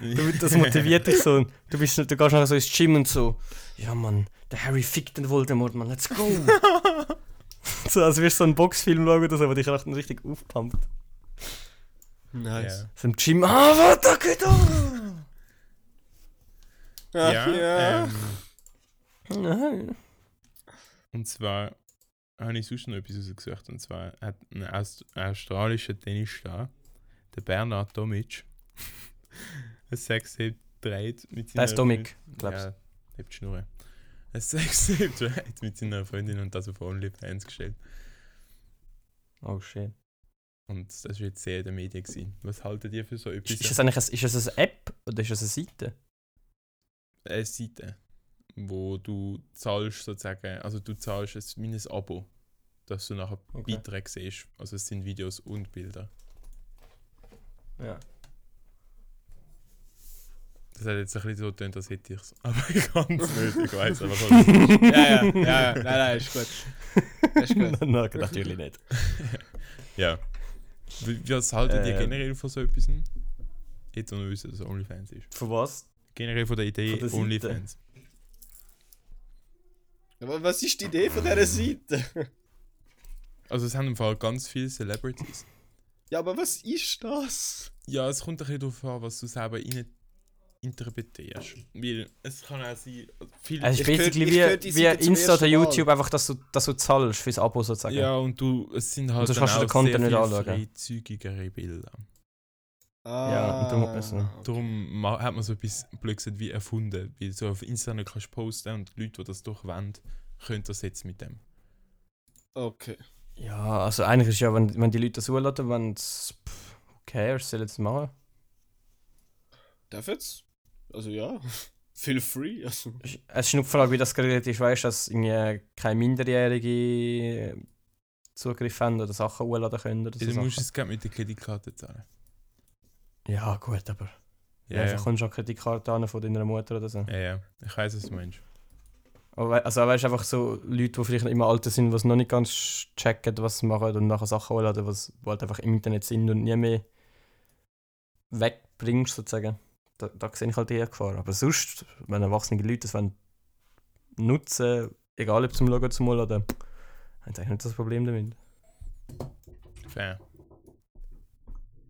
Du, das motiviert dich so. Du, bist, nicht- du gehst nachher so ins Gym und so. Ja, Mann, der Harry fickt den Voldemort, Mann, let's go! so, als wirst du so einen Boxfilm schauen oder so, aber dich nachher richtig aufpumpt. Nice. So im Gym, ah, warte, geht doch! Ja. Ja, ja. Ähm, Nein. und zwar habe ich sonst noch etwas rausgesucht. Und zwar hat ein Aust australischer Tennisstar, der Bernhard Tomic, ein Sextape gedreht mit Das ist Dominik, glaubst Ja, hebt die Schnurre. Ein Sextape gedreht mit seiner Freundin und das auf OnlyFans gestellt. Oh shit. Und das war jetzt sehr in den Medien. Gewesen. Was haltet ihr für so Ist, etwas? ist das eigentlich ein, ist das eine App oder ist das eine Seite? eine Seite, wo du zahlst sozusagen, also du zahlst es wie ein Abo, dass du nachher Okay. Beiträge siehst. Also es sind Videos und Bilder. Ja. Das hat jetzt ein bisschen so getönt, als hätte ich es. Aber ich kann es nicht, ich weiß aber schon. Ja, ja, ja, ja, nein, nein, ist gut. Ist gut. Nein, nein, natürlich nicht. ja. Wie- Was haltet ihr Ähm. generell von so etwas? Jetzt, wo wir wissen, dass es OnlyFans ist. Von was? Generell von der Idee Von der Seite. OnlyFans. Aber was ist die Idee von dieser Seite? Also es haben im Fall ganz viele Celebrities. Ja, aber was ist das? Ja, es kommt ein bisschen darauf an, was du selber rein interpretierst. Weil es kann auch sein, also viel, Es Äh, ist Ich basically hör- ich hör die wie, wie Seite zum Insta oder ersten Mal. YouTube, einfach, dass du, dass du zahlst fürs Abo sozusagen. Ja, und du, es sind halt sonst dann kannst du auch den Content sehr nicht viel anschauen. freizügigere Bilder. Ah, Ja, und darum hat man's nicht. Darum ma- hat man so etwas blöd gesagt wie erfunden, weil so auf Instagram kannst du posten und die Leute, die das durchwenden, können das jetzt mit dem. Okay. Ja, also eigentlich ist ja, wenn, wenn die Leute das zulassen, wenn es. pff, Who cares, soll jetzt machen. Darf jetzt? Also ja. Feel free. Also, Es ist nur die Frage, wie das geregelt ist. Weißt du, dass irgendwie keine Minderjährige äh, Zugriff haben oder Sachen zuladen können oder so. du musst Sachen. es gerne mit der Kreditkarte zahlen. Ja, gut, aber. Ja, Ja, ja. Du ja. kommst auch die Karte an von deiner Mutter oder so. ja, ja. Ich weiß, was du meinst. Aber we- Also weißt du, einfach so Leute, die vielleicht noch im Alter sind, die es noch nicht ganz checken, was sie machen und nachher Sachen hochladen, was die halt einfach im Internet sind und nie mehr wegbringst sozusagen. Da, da sehe ich halt eher Gefahr. Aber sonst, wenn erwachsene Leute das wollen nutzen, egal ob zum Schauen oder zum Hochladen, haben sie eigentlich nicht das Problem damit. Fair.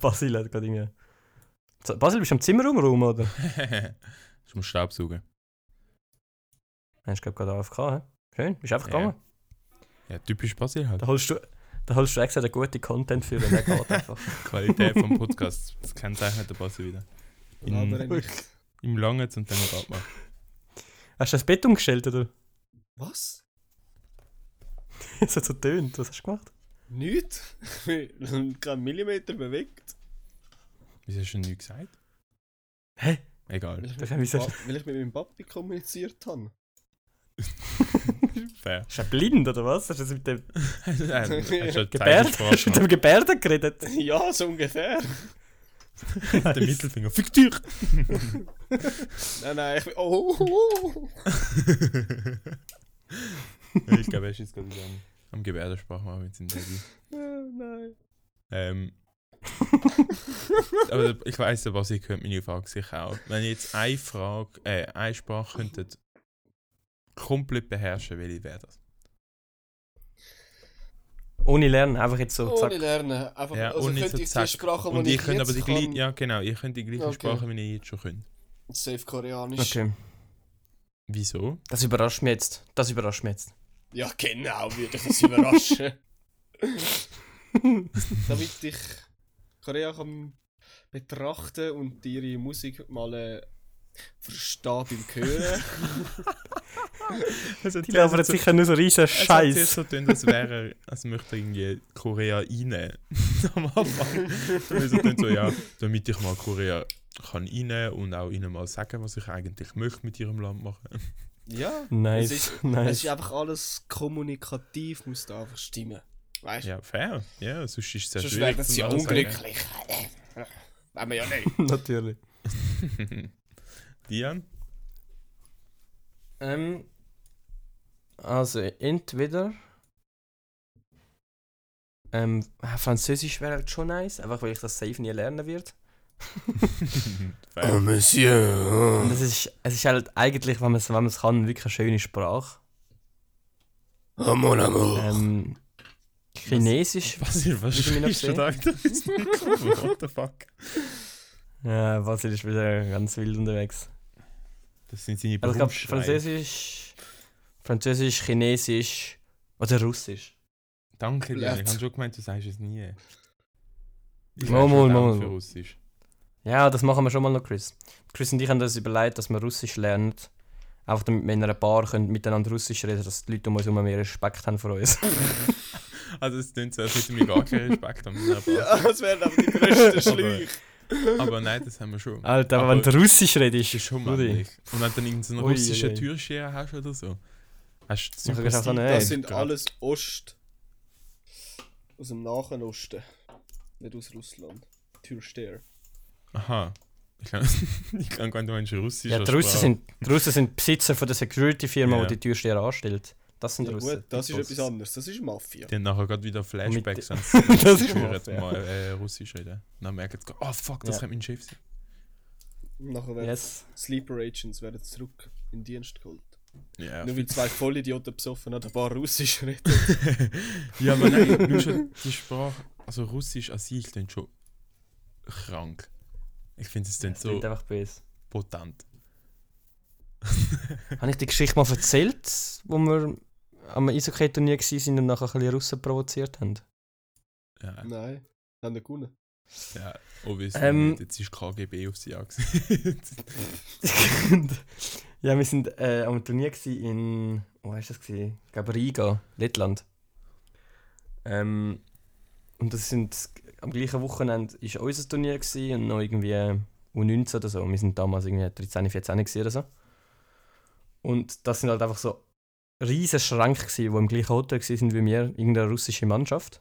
Basil hat gerade irgendwie... So, Basil, bist du am Zimmer rumrum, oder? Ist am Staubsaugen. Hast du glaub, gerade AFK, hä? Schön, bist einfach Ja. gegangen. Ja, typisch Basil halt. Da holst du, da holst du extra den guten Content für und der geht einfach. Qualität vom Podcast. Das kennzeichnet der Basil wieder. aber In, nicht. Im Langen und dann gerade mal. Hast du das Bett umgestellt oder? Was? Es hat so tönt. Was hast du gemacht? Nicht? Kein Millimeter bewegt. Wieso hast du denn nichts gesagt? Hä? Egal. Weil ich Das mit, haben wir meinem so- Pap- weil ich mit meinem Papi kommuniziert habe. Fair. Also, Ist er blind oder was? Hast du das mit dem Hast du Gebärden, hast du mit dem Gebärden geredet? Ja, so ungefähr. Der Mittelfinger. Fick dich! Nein, nein, ich bin. Oh, oh, oh. ich glaube, er ist jetzt gerade wieder am, am Gebärdensprache machen mit seinem Baby. Ja, oh, nein. Ähm, aber ich weiss, der Basi hört meine Frage sicher auch. Wenn ihr jetzt eine Frage, äh, eine Sprache könntet komplett beherrschen, welche wäre das? Ohne Lernen, einfach jetzt so. Ohne Zack. lernen. Einfach, Ja, also ohne könnte so ich die zack. Sprache, Und die ihr ich könnt aber die jetzt gleiche, kann, ja genau, ihr könnt die gleiche Okay. Sprache, wie ihr jetzt schon könnt. safe koreanisch. Okay. Wieso? Das überrascht mich jetzt. Das überrascht mich jetzt. Ja, genau, würde ich das überraschen. Damit ich Korea kann betrachten und ihre Musik mal äh, verstehe beim Hören. Es hat Die labern zuerst Also, so- sicher nur so riesen es hat zuerst Scheiß. so tun, als wäre er, als möchte er irgendwie Korea reinnehmen. Am Anfang. Weil so tun, so, ja, damit ich mal Korea kann reinnehmen und auch ihnen mal sagen, was ich eigentlich möchte mit ihrem Land machen. ja, Nice, Es ist- es nice. ist einfach alles kommunikativ, muss da einfach stimmen. Weißt du? Ja, fair. Ja, sonst ist es sehr Sonst schwierig. wäre das zum ja alles sagen. unglücklich. Wollen wir ja nicht. Natürlich. Dian? Ähm, also entweder ähm, ah, Französisch wäre halt schon nice, einfach weil ich das safe nie lernen wird. fair. Und Oh, Monsieur. oh. es ist, es ist halt eigentlich, wenn man es wenn man's kann, wirklich eine schöne Sprache. Oh, mon amour. Ähm, Chinesisch, Was, was Wie du mich noch schreist du da wieder ins Mikrofon? What the fuck? ja, Basil ist wieder ganz wild unterwegs. Das sind seine Also ich glaube Brumschreie. Französisch, Französisch, Chinesisch oder Russisch. Danke dir, ich Blöd. habe schon gemeint, du sagst es nie. Ich Mal, weiss mal, verdammt mal. für Russisch. Ja, das machen wir schon mal noch, Chris. Chris und ich haben uns überlegt, dass wir Russisch lernen. Einfach damit wir in einer Bar können, miteinander Russisch reden dass die Leute um uns herum mehr Respekt haben vor uns. Also es klingt so, als hätten wir gar keinen Respekt an meiner Bar. Ja, das wären aber die größten Aber- Schläuche. Aber nein, das haben wir schon. Alter, aber wenn du Russisch Das ist redest, schon männlich. Und wenn du dann irgendeinen Ui, russischen ui, ui. Türsteher hast oder so, hast du Dann kannst du auch so Sympathie. eine- Das Ey, sind grad. alles Ost. Aus dem Nahen Osten. Nicht aus Russland. Türsteher. Aha. Ich kann, ich kann gar nicht meinst Russisch. ja, die Russen, sind, die Russen sind Besitzer von der Security-Firma, Ja. die die Türsteher anstellt. Das sind Ja, Russen. gut, das ist Boss. etwas anderes. Das ist Mafia. Die haben nachher gerade wieder mit- Flashbacks, wenn Das sie ist hören, Mafia. mal äh, Russisch reden. Dann merken sie, oh fuck, das Ja. könnte mein Chef sein. Nachher werden Yes. Sleeper Agents werden zurück in den Dienst geholt. Ja, Nur weil zwei Vollidioten besoffen an der Bar Russisch reden. Ja, aber nein, nur schon die Sprache, also Russisch an sich klingt schon krank. Ich finde, es klingt Das so. so einfach böse. potent. Habe ich die Geschichte mal erzählt, wo wir am Eishockey-Turnier waren und nachher ein bisschen Russen provoziert haben? Ja, Nein, haben wir gewonnen. ja obviously, Ähm. nicht. jetzt ist KGB auf sie angesehen. ja, wir sind äh, am Turnier gsi in, wo war das? gsi? Ich glaube Riga, Lettland. Ähm, und das sind, am gleichen Wochenende war unser Turnier gsi und noch irgendwie U19 oder so. Wir sind damals irgendwie 13, 14 gsi oder so. Und das sind halt einfach so riesen Schränke gsi, die im gleichen Hotel gsi sind wie wir, irgendeine russische Mannschaft.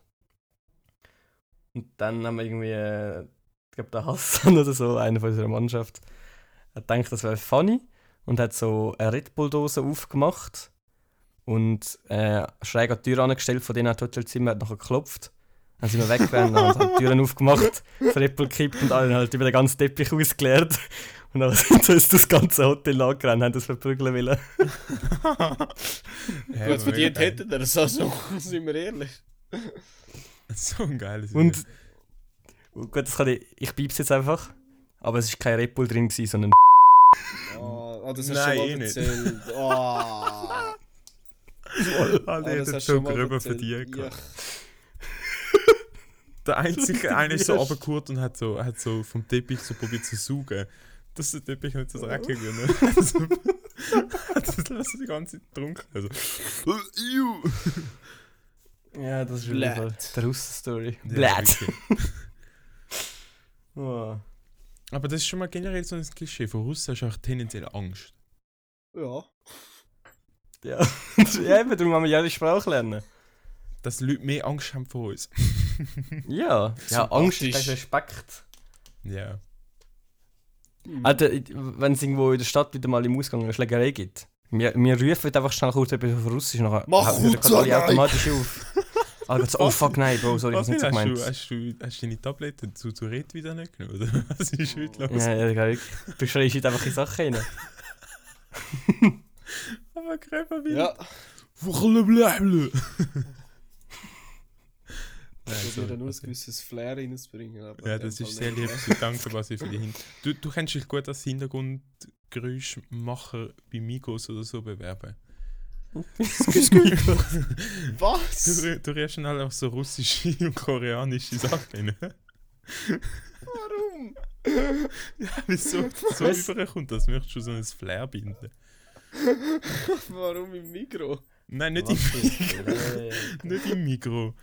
Und dann haben wir irgendwie, äh, ich glaube der Hassan oder so, einer von unserer Mannschaft, hat gedacht, das wäre funny und hat so eine Red Bull-Dose aufgemacht und äh, schräg an die Tür angestellt von denen hat das Hotelzimmer, hat nachher geklopft. Dann sind wir weggerannt, dann haben sie die Türen aufgemacht, das Red Bull gekippt und alle halt über den ganzen Teppich ausgeleert. Und dann sind sie uns das ganze Hotel angerannt, haben das verprügeln wollen. ja, Gut, verdient hätten wir es also, sind wir ehrlich. So ein geiles Und, und gut, das kann ich, ich piep's jetzt einfach, aber es war kein Red Bull drin, gewesen, sondern Ah, ah, das hast Nein, du schon eh mal nicht. erzählt. Ah, Video. Alter, ah, das ich hätte hast du schon schon mal rüber erzählt. verdient. Ja. gehabt. Der einzige eine ist so runtergehurt und hat so, hat so vom Teppich so probiert zu saugen. Dass der Teppich nicht so dreckig wird. ne? Also, das lässt die ganze Zeit trunken. Also, Iu. Ja, das ist Blät. wirklich der Russen-Story. Ja, Blät. wirklich. Oh. Aber das ist schon mal generell so ein Klischee. Von Russen hast du auch tendenziell Angst. ja. Ja. ja, eben, darum haben wir ja die Sprache lernen. Dass die Leute mehr Angst haben vor uns. Ja, ja Angst Sympathisch. ist Respekt. Ja. Hm. Also, Alter, ich- wenn es irgendwo in der Stadt wieder mal im Ausgang eine Schlägerei gibt, wir, wir rufen einfach schnell kurz etwas auf Russisch nachher. Mach hau- hören gut, gerade alle nein! automatisch auf. Alter, so, oh fuck, nein, Bro, sorry, ich hab's Basil, nicht so hast, gemeint. du, hast, du, hast du deine Tabletten zu, zu Red wieder nicht genommen? Oder? Was ist heute los? Ah, Ja, ja, geil. Du schreist heute einfach in Sachen rein. Aber Kräfer wieder. Ja, Wuchlebleble. ich probiere nur ein gewisses Flair reinzubringen. aber Ja, in dem das Fall ist sehr nicht. lieb. so Danke, Basil, für die Hin. Du, du kannst dich gut als Hintergrundgeräuschmacher bei Migos oder so bewerben. Was? Du, du rührst schnell auch so russische und koreanische Sachen ne? rein. Warum? Wieso? So Was? überkommt das? Möchtest du so ein Flair binden? Warum im Mikro? Nein, nicht, im, Was? nicht im Mikro.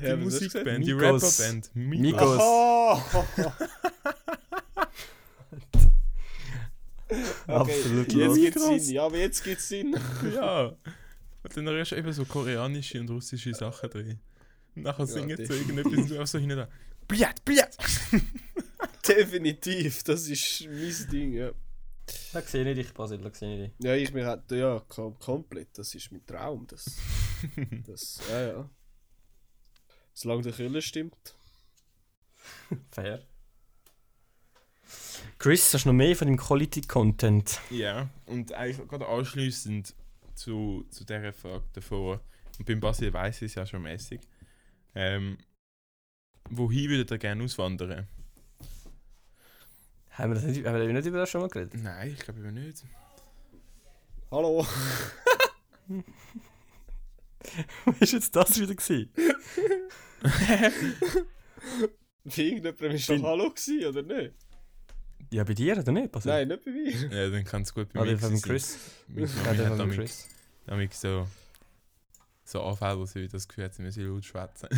Die Ja, was hast du gesagt? Musikband, die Migos. Rapperband. Migos. Aha! Absolut Jetzt los. gibt's Sinn. Ja, aber jetzt gibt's Sinn. Ja. Und dann rührst du eben so koreanische und russische Sachen drin. Und nachher singen sie das- irgendetwas und du auch so hinten da. Bliat, bliat! Definitiv, das ist mein Ding, ja. Da sehe ich dich, Basil, da sehe ich dich. Ja, ich mir hat ja kom komplett, das ist mein Traum, das das ja ja. Solange der Kühler stimmt. Fair. Chris, hast du noch mehr von dem Quality-Content? Ja, und eigentlich gerade anschließend zu, zu dieser Frage davor, und beim Basil weiß ich es ja schon mäßig, ähm, wohin würdet ihr gerne auswandern? Haben wir, das nicht, haben wir nicht über das schon mal geredet? Nein, ich glaube eben nicht. Hallo! ist jetzt das wieder gewesen? Bei irgendjemandem ist doch Bin- Hallo gewesen, oder nicht? Ja, bei dir oder nicht? Basil? Nein, nicht bei mir. Ja, dann kann es gut bei Ah, mir der von gewesen sein. Chris. Meine Ja, Mami der hat von damit, Chris. damit so, so Anfälle, wo sie das Gefühl hat, sie müssen laut schwätzen.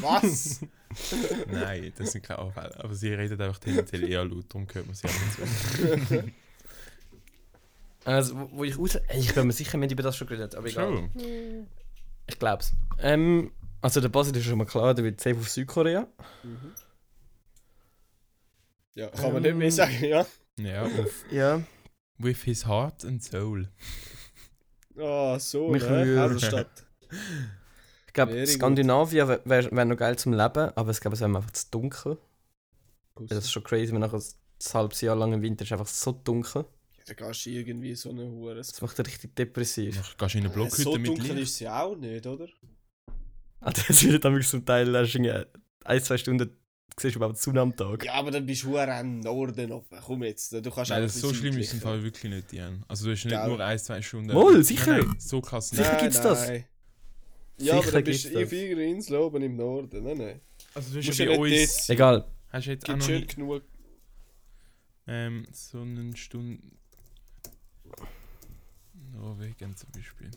Was? Nein, das sind keine Anfälle. Aber sie redet einfach tendenziell eher laut, darum hört man sie ab und zu. Also, wo, wo ich raus... Ey, ich bin mir sicher, wir haben über das schon geredet, aber egal. Schon. Ich glaub's. Ähm, also der Basil ist schon mal klar, der wird safe auf Südkorea. ja, kann man nicht mehr sagen, ja. Ja, auf Ja. With his heart and soul. Ah, so, Mich ne? rührt. Herrenstadt. Ich glaube, Very good. Skandinavien wäre wär, wär noch geil zum Leben, aber ich glaube, es wäre mir einfach zu dunkel. Weil Das ist schon crazy, wenn nachher ein halbes Jahr lang im Winter ist einfach so dunkel. Da gehst du irgendwie so eine Hure. Das macht richtig depressiv. Mach- Gehst du in eine Blockhütte So mit dunkel Licht? ist sie auch nicht, oder? Also das wird dann wirklich zum Teil hast du irgendwie äh, ein, zwei Stunden siehst du überhaupt die Sonne am Tag. Ja, aber dann bist du hure am Norden oben. Komm jetzt, du kannst Nein, auch das ein so bisschen schlimm ist es im südlicher. Fall wirklich nicht, Jan. Also du hast nicht Gell? nur ein, zwei Stunden. Mol, Nein, sicher. Nein, so krass nicht. Sicher gibt's das. Ja, aber Sicher dann bist gibt's du das. auf irgendeiner Insel oben im Norden. Nein, nein. Also Du du hast musst ja ja bei nicht uns jetzt. Egal. hast du jetzt auch Gibt noch schon nicht, genug. ähm, so eine Stunde Norwegen zum Beispiel.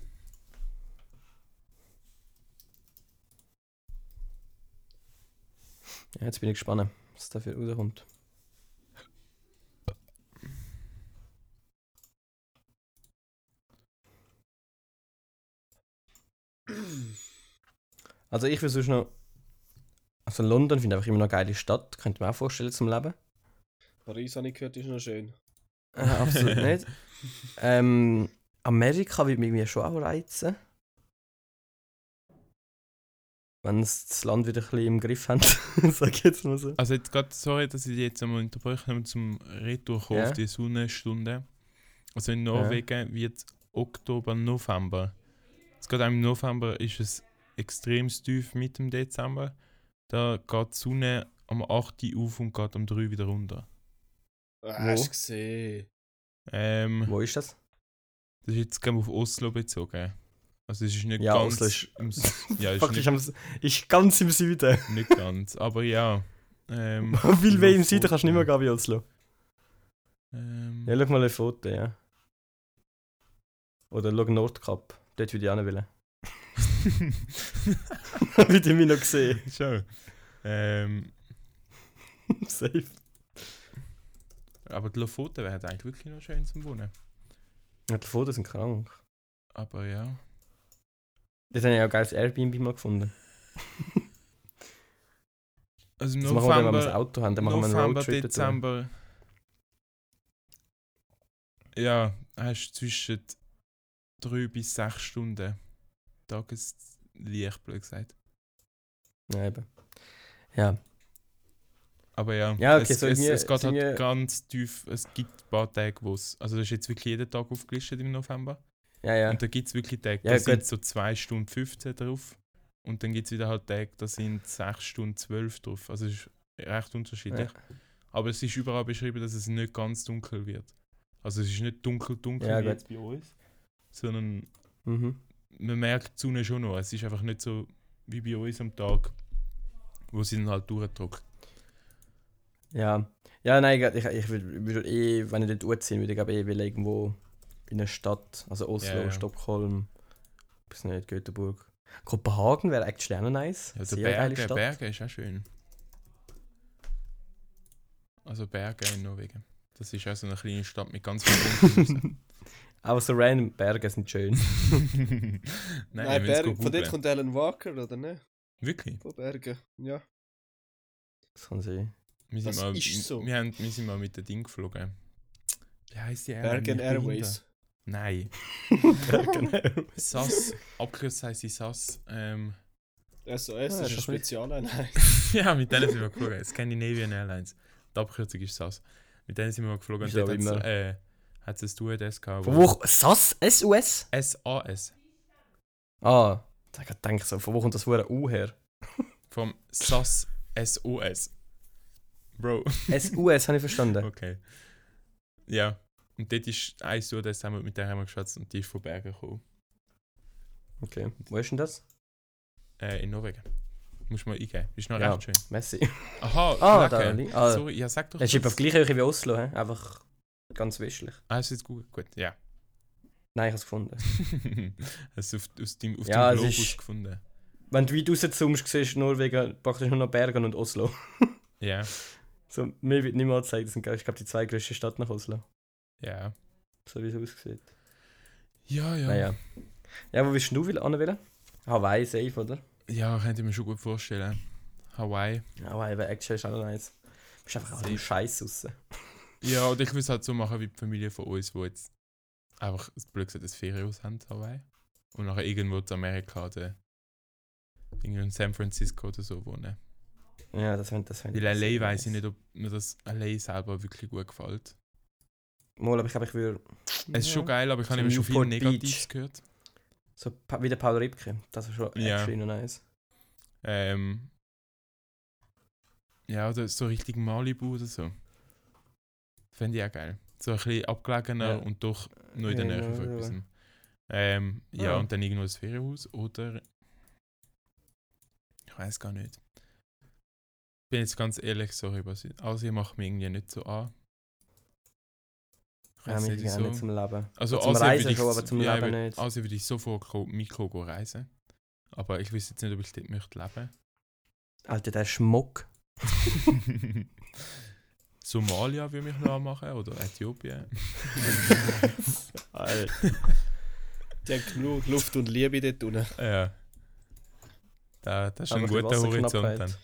Ja, jetzt bin ich gespannt, was dafür rauskommt. Also ich würde sonst noch... Also London finde ich einfach immer noch eine geile Stadt, könnte ich mir auch vorstellen zum Leben. Paris habe ich gehört, ist noch schön. Äh, absolut nicht. Ähm, Amerika würde mich irgendwie schon auch reizen. Wenn es das Land wieder ein bisschen im Griff hat, sag ich jetzt mal so. Also jetzt gerade, sorry, dass ich dich jetzt einmal unterbreche, aber zum Retour yeah. Ja. auf die Sonnenstunde. Also in Norwegen wird Oktober, November. Jetzt gerade im November ist es extrem tief mit dem Dezember. Da geht die Sonne am 8. Uhr auf und geht am 3 Uhr wieder runter. Ah, Hast du gesehen? Ähm, Wo ist das? Das ist jetzt gerade auf Oslo bezogen. Also es ist nicht Ja, ganz. Oslo ist- im S- ja, ist Faktisch nicht, am S- ist ganz im Süden. nicht ganz. Aber ja. Ähm, Viel Ja, mehr im Süden kannst du nicht mehr Foto. gehen wie Oslo. ähm, Ja, schau mal ein Foto, ja. Oder schau Nordkap. Dort würde ich auch wollen. Würde ich mich noch sehen. Schon. Ähm, Safe. aber die Lofoten wären eigentlich wirklich noch schön zum Wohnen. Ja, die Fotos sind krank. Aber ja. Dort habe ich auch ein geiles Airbnb mal gefunden. Also im Das machen wir dann, wenn wir ein November, Auto haben. Dann machen wir einen November Roadtrip dazu. Dezember. Ja, hast du zwischen drei bis sechs Stunden Tageslicht, blöd gesagt. Ja, eben. Ja. Aber ja, Ja, okay, es, so es, irgendwie- es geht so halt irgendwie- ganz tief. Es gibt ein paar Tage, wo es. Also, das ist jetzt wirklich jeden Tag aufgelistet im November. Ja, ja. Und da gibt es wirklich Tage, Ja, da gut. sind so 2 Stunden 15 drauf. Und dann gibt es wieder halt Tage, da sind 6 Stunden 12 drauf. Also, es ist recht unterschiedlich. Aber es ist überall beschrieben, dass es nicht ganz dunkel wird. Also, es ist nicht dunkel, dunkel Ja, wie gut. jetzt bei uns. sondern Mhm. man merkt die Sonne schon noch. Es ist einfach nicht so wie bei uns am Tag, wo sie dann halt durchdruckt. Ja. Ja, nein, ich, ich, ich würde würd eh, wenn ich dort gut sind, würde ich glaube eh will irgendwo in einer Stadt, also Oslo, Ja, ja. Stockholm, bis nicht, Göteborg. Kopenhagen wäre actually auch noch nice. Ja, der Sehr geile Also Berge, Stadt. Berge ist auch schön. Also Berge in Norwegen. Das ist auch so eine kleine Stadt mit ganz vielen Aber so random Berge sind schön. Nein, Nein, wenn's Berge, gut von dort wäre. kommt Alan Walker, oder ne? Wirklich? Von Bergen, ja. Das kann sein. Wir sind, Das mal, ist so. wir, haben, wir sind mal mit dem Ding geflogen. Wie heisst die Airline? Bergen Ich bin Airways. behindert. Nein. SAS. Abgekürzt heisst sie SAS. Ähm, SOS das ist eine ist doch nicht- Spezialeinheit. ja, mit denen sind wir geflogen. Scandinavian Airlines. Die Abkürzung ist SAS. Mit denen sind wir mal geflogen. Und Wieso dort hat's, immer? äh, hat es ein Stewardess gehabt. Von wo- wo? SAS? SUS? SAS. Ah, da hab ich gedacht, so, von wo kommt das Wort U her? Vom SAS SOS. Bro. SUS habe ich verstanden. Okay. Ja. Und dort ist eine Stewardess, haben wir- mit der haben wir geschätzt und die ist von Bergen gekommen. Okay. Wo ist denn das? Äh, in Norwegen. Muss man eingeben. Ist noch Ja. recht schön. Messi. Aha, Ah, da. Flagge. li- Ah, Sorry, ja, sag doch. das ist etwa das. auf gleicher Höhe wie Oslo, hä? einfach ganz wischlich. Ah, ist jetzt gut. Gut, ja. Nein, ich habe es gefunden. Hast du auf, aus dem, auf Ja, dem es Globus ist- gefunden? Wenn du weit rauszoomst, siehst du Norwegen praktisch nur noch Bergen und Oslo. Ja, So, mir wird nicht mehr gezeigt, das sind, ich glaube, die zwei größten Stadt nach Oslo. ja. So wie es aussieht. Ja, ja. Naja. Ja, wo willst du will anwählen? Hawaii, safe, oder? Ja, könnte ich mir schon gut vorstellen. Hawaii. Hawaii, aber Action ist auch noch nice. Du bist einfach aus dem Scheiß raus. Ja, oder ich würde es halt so machen wie die Familie von uns, die jetzt einfach das Glück gesagt das Ferienhaus haben, Hawaii. Und nachher irgendwo zu Amerika oder irgendwo in San Francisco oder so wohnen. Ja, das fände das fänd Weil LA weiß ich nicht, ob mir das LA selber wirklich gut gefällt. Mal, aber ich glaube, ich würde. Es ist schon geil, aber ich So habe immer schon viel Newport Negatives Beach. gehört. So pa- wie der Paul Ripke. Das ist schon Ja. actually noch nice. Ähm, ja, oder so richtig Malibu oder so. Fände ich auch geil. So ein bisschen abgelegener Ja. und doch noch in der Ja, Ah. Nähe genau, von so. etwas. Ähm, ja, Ja. und dann irgendwo ein Ferienhaus oder. Ich weiß gar nicht. Bin jetzt ganz ehrlich, sorry, was ich. Also, ich mache mich irgendwie nicht so an. Ich Ja, weiss mich nicht, ging auch wieso. nicht zum Leben. Also Zum Asien Reisen würde ich, schon, aber zum ja, Leben ich würde- nicht. Asien würde ich sofort go- Mikro go reisen. Aber ich weiß jetzt nicht, ob ich dort möchte Alter, der Schmuck. leben. Somalia würde mich noch machen oder Äthiopien. Alter. Die haben genug Luft und Liebe dort unten. ja. Da, das ist Aber ein ein bisschen guter Horizont Wasserknappheit. dann.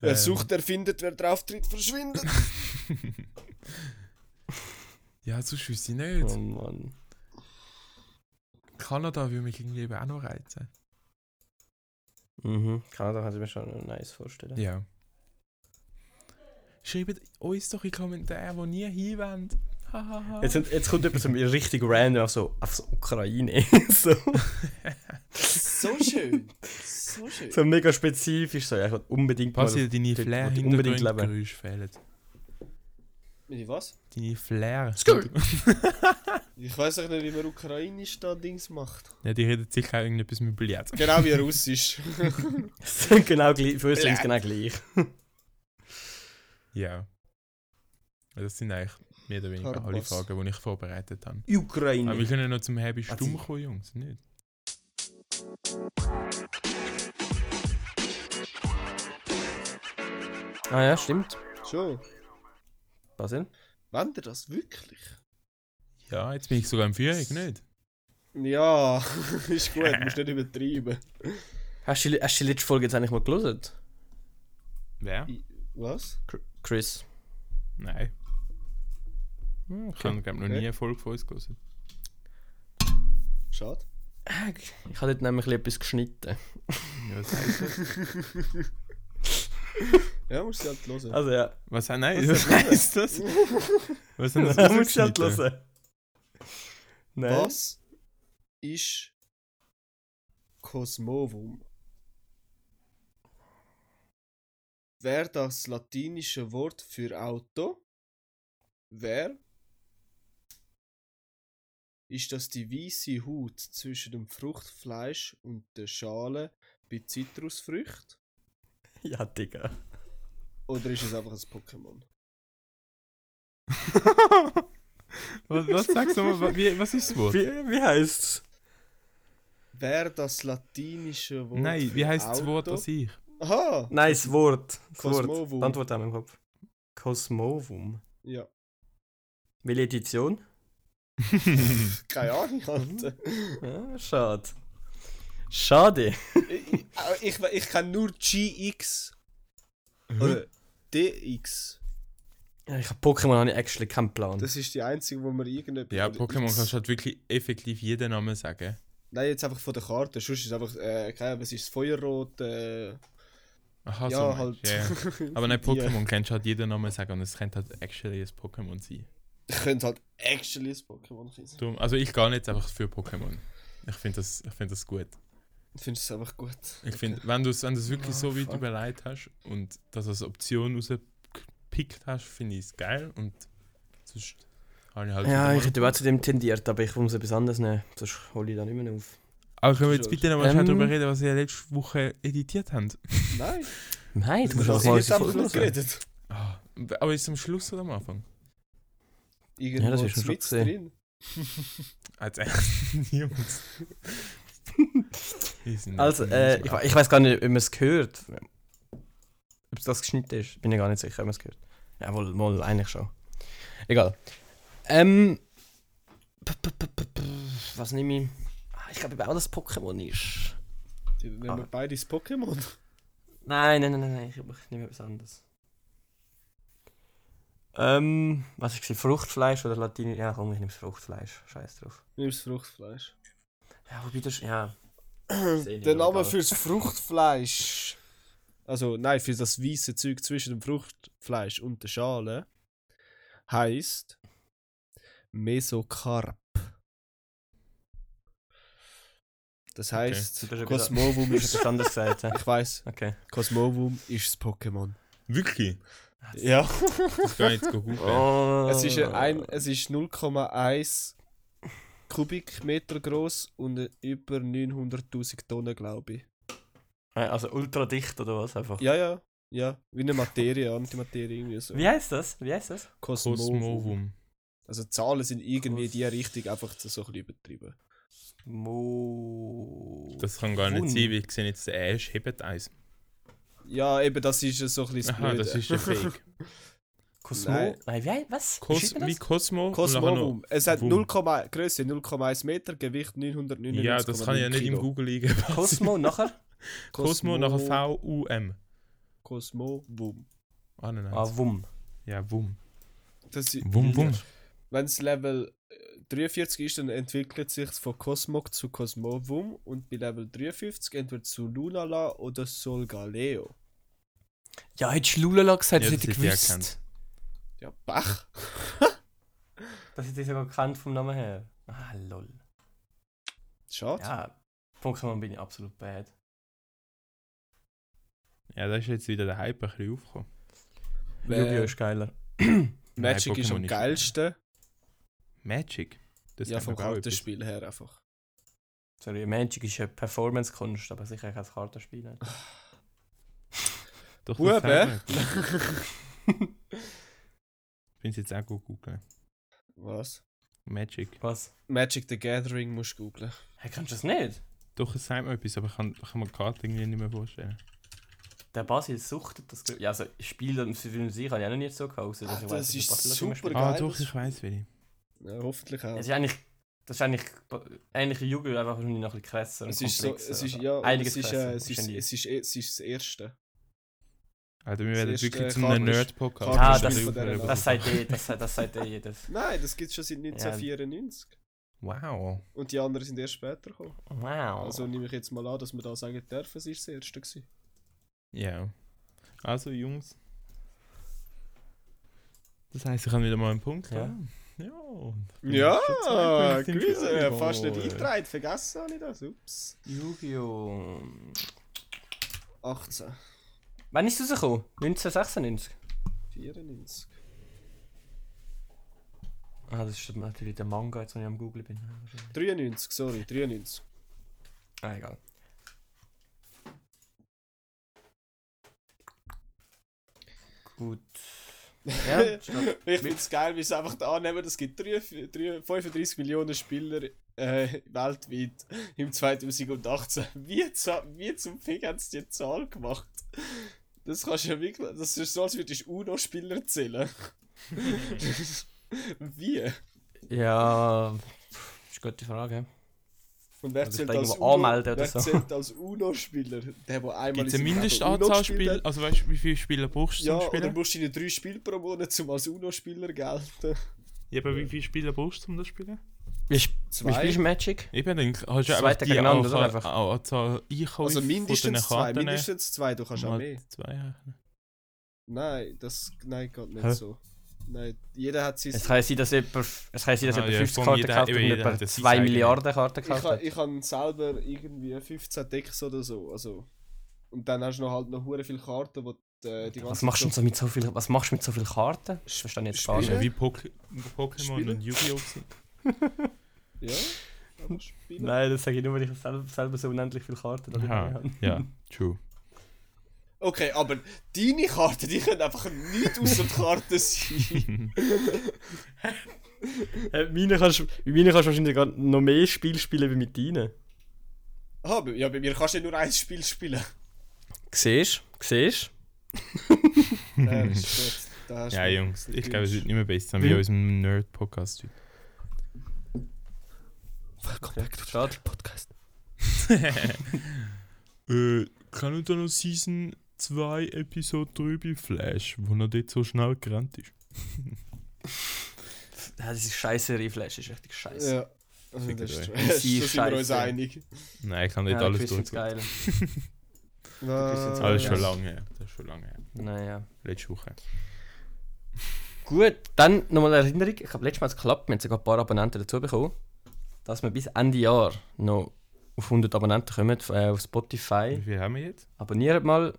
Wer Ähm, sucht, der findet, wer drauftritt, verschwindet. ja, sonst wüsste ich Oh nicht. Mann. Kanada würde mich irgendwie eben auch noch reizen. Mhm. Kanada kann ich mir schon noch nice vorstellen. Ja. Schreibt uns doch in die Kommentare, wo ihr hinwollt. Hahaha. Jetzt, sind- jetzt kommt jemand zu mir richtig random auf so, auf so Ukraine. so, so schön. So schön. so mega spezifisch. So, ja, ich will unbedingt mal- Was dir deine dort Flair will ich unbedingt leben. Hintergrundgeräusche fehlen. Meine was? Deine Flair. Skrrr. Ich weiß auch nicht, wie man ukrainisch da Dings macht. Ja, die redet sicher auch irgendetwas mit Billard. Genau wie russisch. Es sind genau gleich, für uns sind es genau gleich. Ja. Also Das sind eigentlich mehr oder weniger alle Karpas. Fragen, die ich vorbereitet habe. Aber wir Ukraine. können noch zum Herbie Was stumm ich- kommen, Jungs, nicht? Ah ja, stimmt. Schon. Basil? Wollt ihr das wirklich? Ja, jetzt bin ich sogar im Viereck, nicht? Ja, ist gut, musst nicht übertreiben. Hast du, die- hast du die letzte Folge jetzt eigentlich mal gelesen? Wer? Was? Chris. Nein. Ich habe, glaube ich, noch Okay. nie eine Folge von uns gelesen. Schade. Ich habe dort nämlich etwas geschnitten. Ja, was heißt das? Ja, musst du halt hören. Also ja, Was, nein, was heißt das? Was haben da musst du halt rausgeschnitten? hören. Nein. Was ist Kosmovum? Wäre das latinische Wort für Auto? Wer? ist, dass die weiße Haut zwischen dem Fruchtfleisch und der Schale bei Zitrusfrüchten? Ja, Digga. Oder ist es einfach ein Pokémon? was, was sagst du nochmal? Wie- Was ist das Wort? Wie, wie heisst's? Wäre das latinische Wort? Nein, wie für heisst das Wort Auto? als ich? Aha! Nein, das Wort. Das Wort. Cosmovum. Die Antwort haben wir im Kopf. Cosmovum. Ja. Welche Edition? Keine Ahnung, Alter. Ja, schade. Schade. ich, ich, ich, ich kenne nur GX. Mhm. Oder DX. Ja, Ich habe Pokémon habe ich actually keinen Plan. Das ist die einzige, wo man irgendetwas. Ja, oder Pokémon X. kannst du halt wirklich effektiv jeden Namen sagen. Nein, jetzt einfach von der Karte. Sonst ist es einfach, äh, keine Ahnung, es ist Feuerrot. Äh, Aha, so ja, meinst halt. du, ja, ja. Aber nein, Pokémon kannst du halt jeden Namen sagen und es könnte halt actually ein Pokémon sein. Ich könnte halt actually das Pokémon sein. Darum, also ich gehe jetzt einfach für Pokémon. Ich finde das, ich find das gut. Findest du es einfach gut? Ich finde, wenn du es wenn du's wirklich Ah, so weit fuck. überlegt hast und das als Option rausgepickt hast, finde ich es geil. Und sonst habe ich halt. ja, wieder ich mal- hätte auch zu dem tendiert, aber ich muss etwas anderes nehmen. Sonst hole ich da nicht mehr auf. Aber können wir jetzt bitte nochmal Ähm. schnell darüber reden, was wir letzte Woche editiert haben? Nein, Nein, du musst wir auch haben mal jetzt unsere einfach Folge nur hören. geredet. Ah, aber ist es am Schluss oder am Anfang? Irgendwo ja, das das ist schon ist mit gesehen. drin. Als Ah, niemand. Also, äh, ich, we- ich weiß gar nicht, ob man es gehört. Ob das geschnitten ist, bin ich gar nicht sicher, ob man es gehört. Jawohl, wohl, eigentlich schon. Egal. Ähm. p- p- p- p- p- Was nehme ich? Ah, Ich glaube eben auch, dass es Pokémon ist. Die nehmen Ah. beides Pokémon. Nein, nein, nein, nein, nein, ich ich nehme etwas anderes. Ähm, was ich Fruchtfleisch oder Latinisch? Ja, komm, ich nehme das Fruchtfleisch. Scheiß drauf. Nimmst Fruchtfleisch. Ja, wobei das. Ja. Der Name fürs Fruchtfleisch. Also, nein, für das weiße Zeug zwischen dem Fruchtfleisch und der Schale heißt Mesokarp. Das heißt, Das ist ja wieder- Cosmovum Ich ist. hab's anders gesagt, ja. Ich weiß, Okay. Cosmovum ist das Pokémon. Wirklich? Ja. Ich kann jetzt googeln. Oh. Es ist, ein, es ist 0,1 Kubikmeter groß und über 900.000 Tonnen, glaube ich. Nein, Also ultra dicht oder was einfach. Ja, ja, ja. Wie eine Materie, Antimaterie, irgendwie so. Wie heißt das? Wie heißt das? Kosmovum. Cosmovum. Also Zahlen sind irgendwie in die Richtung einfach so ein bisschen übertrieben. Mo. Das kann gar nicht Wun. sein, weil ich sehe jetzt, der Ash hebt eins. Ja, eben, das ist so ein bisschen das Aha, Blöde. das ist ja fake. Cosmo. Nein. Nein, wie heißt was? Wie Cos schreibt man wie das? Cosmo? und nachher noch- Kosmovum. Es hat Wum. 0, Größe 0,1 Meter, Gewicht 999 Ja, das kann ich ja nicht im Google eingeben. Cosmo nachher? Cosmo, nachher V-U-M. Kosmovum. Ah, nein, nein. Ah, Wum. Ja, Wum. Das ist- Wum, Wum. Wenn es Level äh, 43 ist, dann entwickelt sich von Cosmog zu Cosmovum und bei Level 53 entweder zu Lunala oder Solgaleo. Ja, hättest du Lulala gesagt, Ja, das das hätte ich hätte ich gewusst. erkannt. Ja, Bach. Das hätte ich sogar gekannt vom Namen her. Ah, lol. Schade. Ja, Pokémon bin ich absolut bad. Ja, da ist jetzt wieder der Hype ein bisschen aufgekommen. Äh, Yu-Gi-Oh! ist geiler. Nein, Magic ist Pokémon am geilsten. Magic. Das Ja, sagt vom mir gar etwas. Kartenspiel her einfach. Sorry, Magic ist eine Performance-Kunst, aber sicher kein Kartenspiel. nicht. Doch, Bube. das sagt mir etwas. Ich bin jetzt auch gut googeln. Was? Magic. Was? Magic the Gathering musst du googlen. Hey, kannst du das nicht? Doch, es sagt mir etwas, aber ich kann, kann mir die Karte irgendwie nicht mehr vorstellen. Der Basil suchtet das. Ja, also Spiel und für sich habe ich auch noch nie so gekauft. Ah, ich das weiss, dass ist der Basil immer super spielt. Ah, Geil, doch, das- ich weiß welche. Ja, hoffentlich auch. Es ist eigentlich, das ist eigentlich ähnlich wie Jugend, einfach nur noch ein bisschen krasser und Es ist so, komplexer. es ist, also ja, und einiges es ist, krasser äh, es ist, wahrscheinlich. es ist, eh- es ist das erste. Alter, Also, wir Das werden ist, wirklich äh, zu einem Kartenspiel. Nerd-Podcast. ah, Kartenspiel das, von dieser Welt. das sagt eh, das, sagt- das sagt eh jedes. Nein, das gibt es schon seit 1994. Wow. Und die anderen sind erst später gekommen. Ah. Wow. Also nehme ich jetzt mal an, dass wir da sagen dürfen, es war das erste. Gewesen. Ja. Also, Jungs. Das heisst, ich habe wieder mal einen Punkt. Ja. oder? Ja. Ja, Schon zwei Punkte im gewiss, äh, Führung. fast nicht eingetragen, vergessen habe ich das, ups. Yu-Gi-Oh! 18, Wann ist es rausgekommen? 1996? 94. Ah, das ist natürlich der Manga, jetzt, wenn ich am Google bin. Ah, wahrscheinlich. 93, sorry, 93. Ah, egal. Gut. Ja, stimmt. Ich finde es geil, wie sie einfach annehmen, es gibt 3, 3, 35 Millionen Spieler äh, weltweit im 2018. Wie, za- wie zum Fick haben sie die Zahl gemacht? Das kannst du ja wirklich. Das ist so, als würdest du UNO-Spieler zählen. wie? ja. pff, Ist eine gute Frage. Und wer Also zählt da als irgendwo Uno- anmelden oder wer so. zählt als UNO-Spieler? Der, der einmal Gibt es in eine seinem Leben UNO Mindestanzahl gespielt hat? Spiele? Also weißt du, wie viele Spieler brauchst du Ja, zum oder Spielen? musst du in drei Spiele pro Monat, um als UNO-Spieler gelten? Ja, aber wie viele Spieler brauchst du, um das zu spielen? Wie, sp Zwei. wie spielst du Magic? Eben, dann hast du Das einfach zweite die gegeneinander, Anzahl, oder? Einfach. Anzahl Also Einkäufe von diesen mindestens zwei, Karten ne? mindestens zwei, du kannst auch mal mehr. zwei haben. Nein, das nein, geht nicht Hä? so. Nein, jeder hat sein. Es kann ja sein, dass jemand, es kann ja sein, dass Ah, jemand ja, 50 von Karten jeder- gekauft hat und eben, jeder jemand hat sein 2 eigenes. Milliarden Karten Ich, gekauft ha- hat. ich habe selber irgendwie 15 Decks oder so. Also, und dann hast du noch halt noch hure viele Karten, wo die, äh, die Was ganze machst du denn Zeit so mit so viel, was machst du mit so vielen Karten? Das verstehe ich jetzt gar Das ist ja nicht. wie Poké- Pokémon Spiele? und Yu-Gi-Oh! gewesen. so? Ja, aber spielen. Nein, das sage ich nur, weil ich selber, selber so unendlich viele Karten Aha, ja, true. Okay, aber deine Karten, die können einfach nicht außer Karten sein. Äh, meine kannst, bei meinen kannst du wahrscheinlich gar noch mehr Spiel spielen wie mit deinen. Ah, bei- ja, bei mir kannst du ja nur ein Spiel spielen. Siehst du? Siehst Ja, das ist gut. Da hast Ja, du- Jungs, ich glaube, es wird nicht mehr besser Wie- wie unserem Nerd-Podcast heute. du? Schade. Podcast. Äh, kann ich da noch Season 2 Episode 3 bei Flash, wo er dort so schnell gerannt ist? Ja, das ist scheiße, Reflash ist richtig scheiße. Ja, also, das ist, Fickt das Sie sind wir uns Scheiße. einig. Nein, ich kann nicht alles durch. geil. Ah, Alles schon Ja. lange her. Das ist schon lange her. Naja. Letzte Woche. Gut, dann nochmal eine Erinnerung. Ich habe letztes Mal es geklappt, wir haben sogar ein paar Abonnenten dazu bekommen, dass wir bis Ende Jahr noch auf 100 Abonnenten kommen äh, auf Wie Spotify. viel haben wir jetzt? Abonniert mal.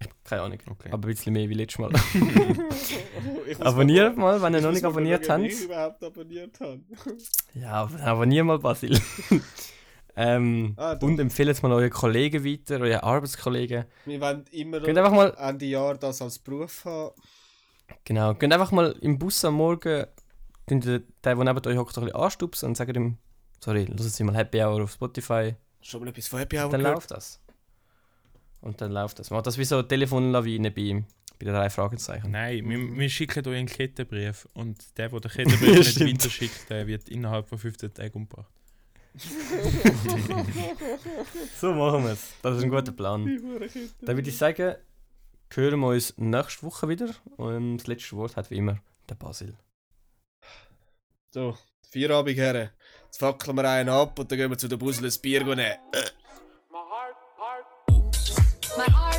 Ich hab keine Ahnung. Mhm. Okay. Aber ein bisschen mehr wie letztes Mal. Ich muss abonniert mal, wenn ihr Ich noch muss nicht mal abonniert schauen, ob habt. Ich überhaupt abonniert habe. Ja, ab- abonniert mal Basil. ähm, Ah, doch. und empfehlt es mal euren Kollegen weiter, euren Arbeitskollegen. Wir wollen immer Könnt einfach mal, Ende Jahr das als Beruf haben. genau, könnt einfach mal im Bus am Morgen den, den, der neben euch hockt, ein bisschen anstupsen und sagt ihm, sorry, lass Sie mal Happy Hour auf Spotify. Schon mal etwas von Happy Hour dann läuft das. Und dann läuft das. Man hat das wie so eine Telefonlawine bei, bei den drei Fragezeichen. Nein, wir, wir schicken euch einen Kettenbrief und der, der den Kettenbrief nicht Stimmt. weiterschickt, der wird innerhalb von 15 Tagen umgebracht. So machen wir es. Das ist ein guter Plan. Dann würde ich sagen, hören wir uns nächste Woche wieder. Und das letzte Wort hat wie immer der Basil. So, Feierabend, Herren. Jetzt fackeln wir einen ab und dann gehen wir zu der Busel ein Bier nehmen. My heart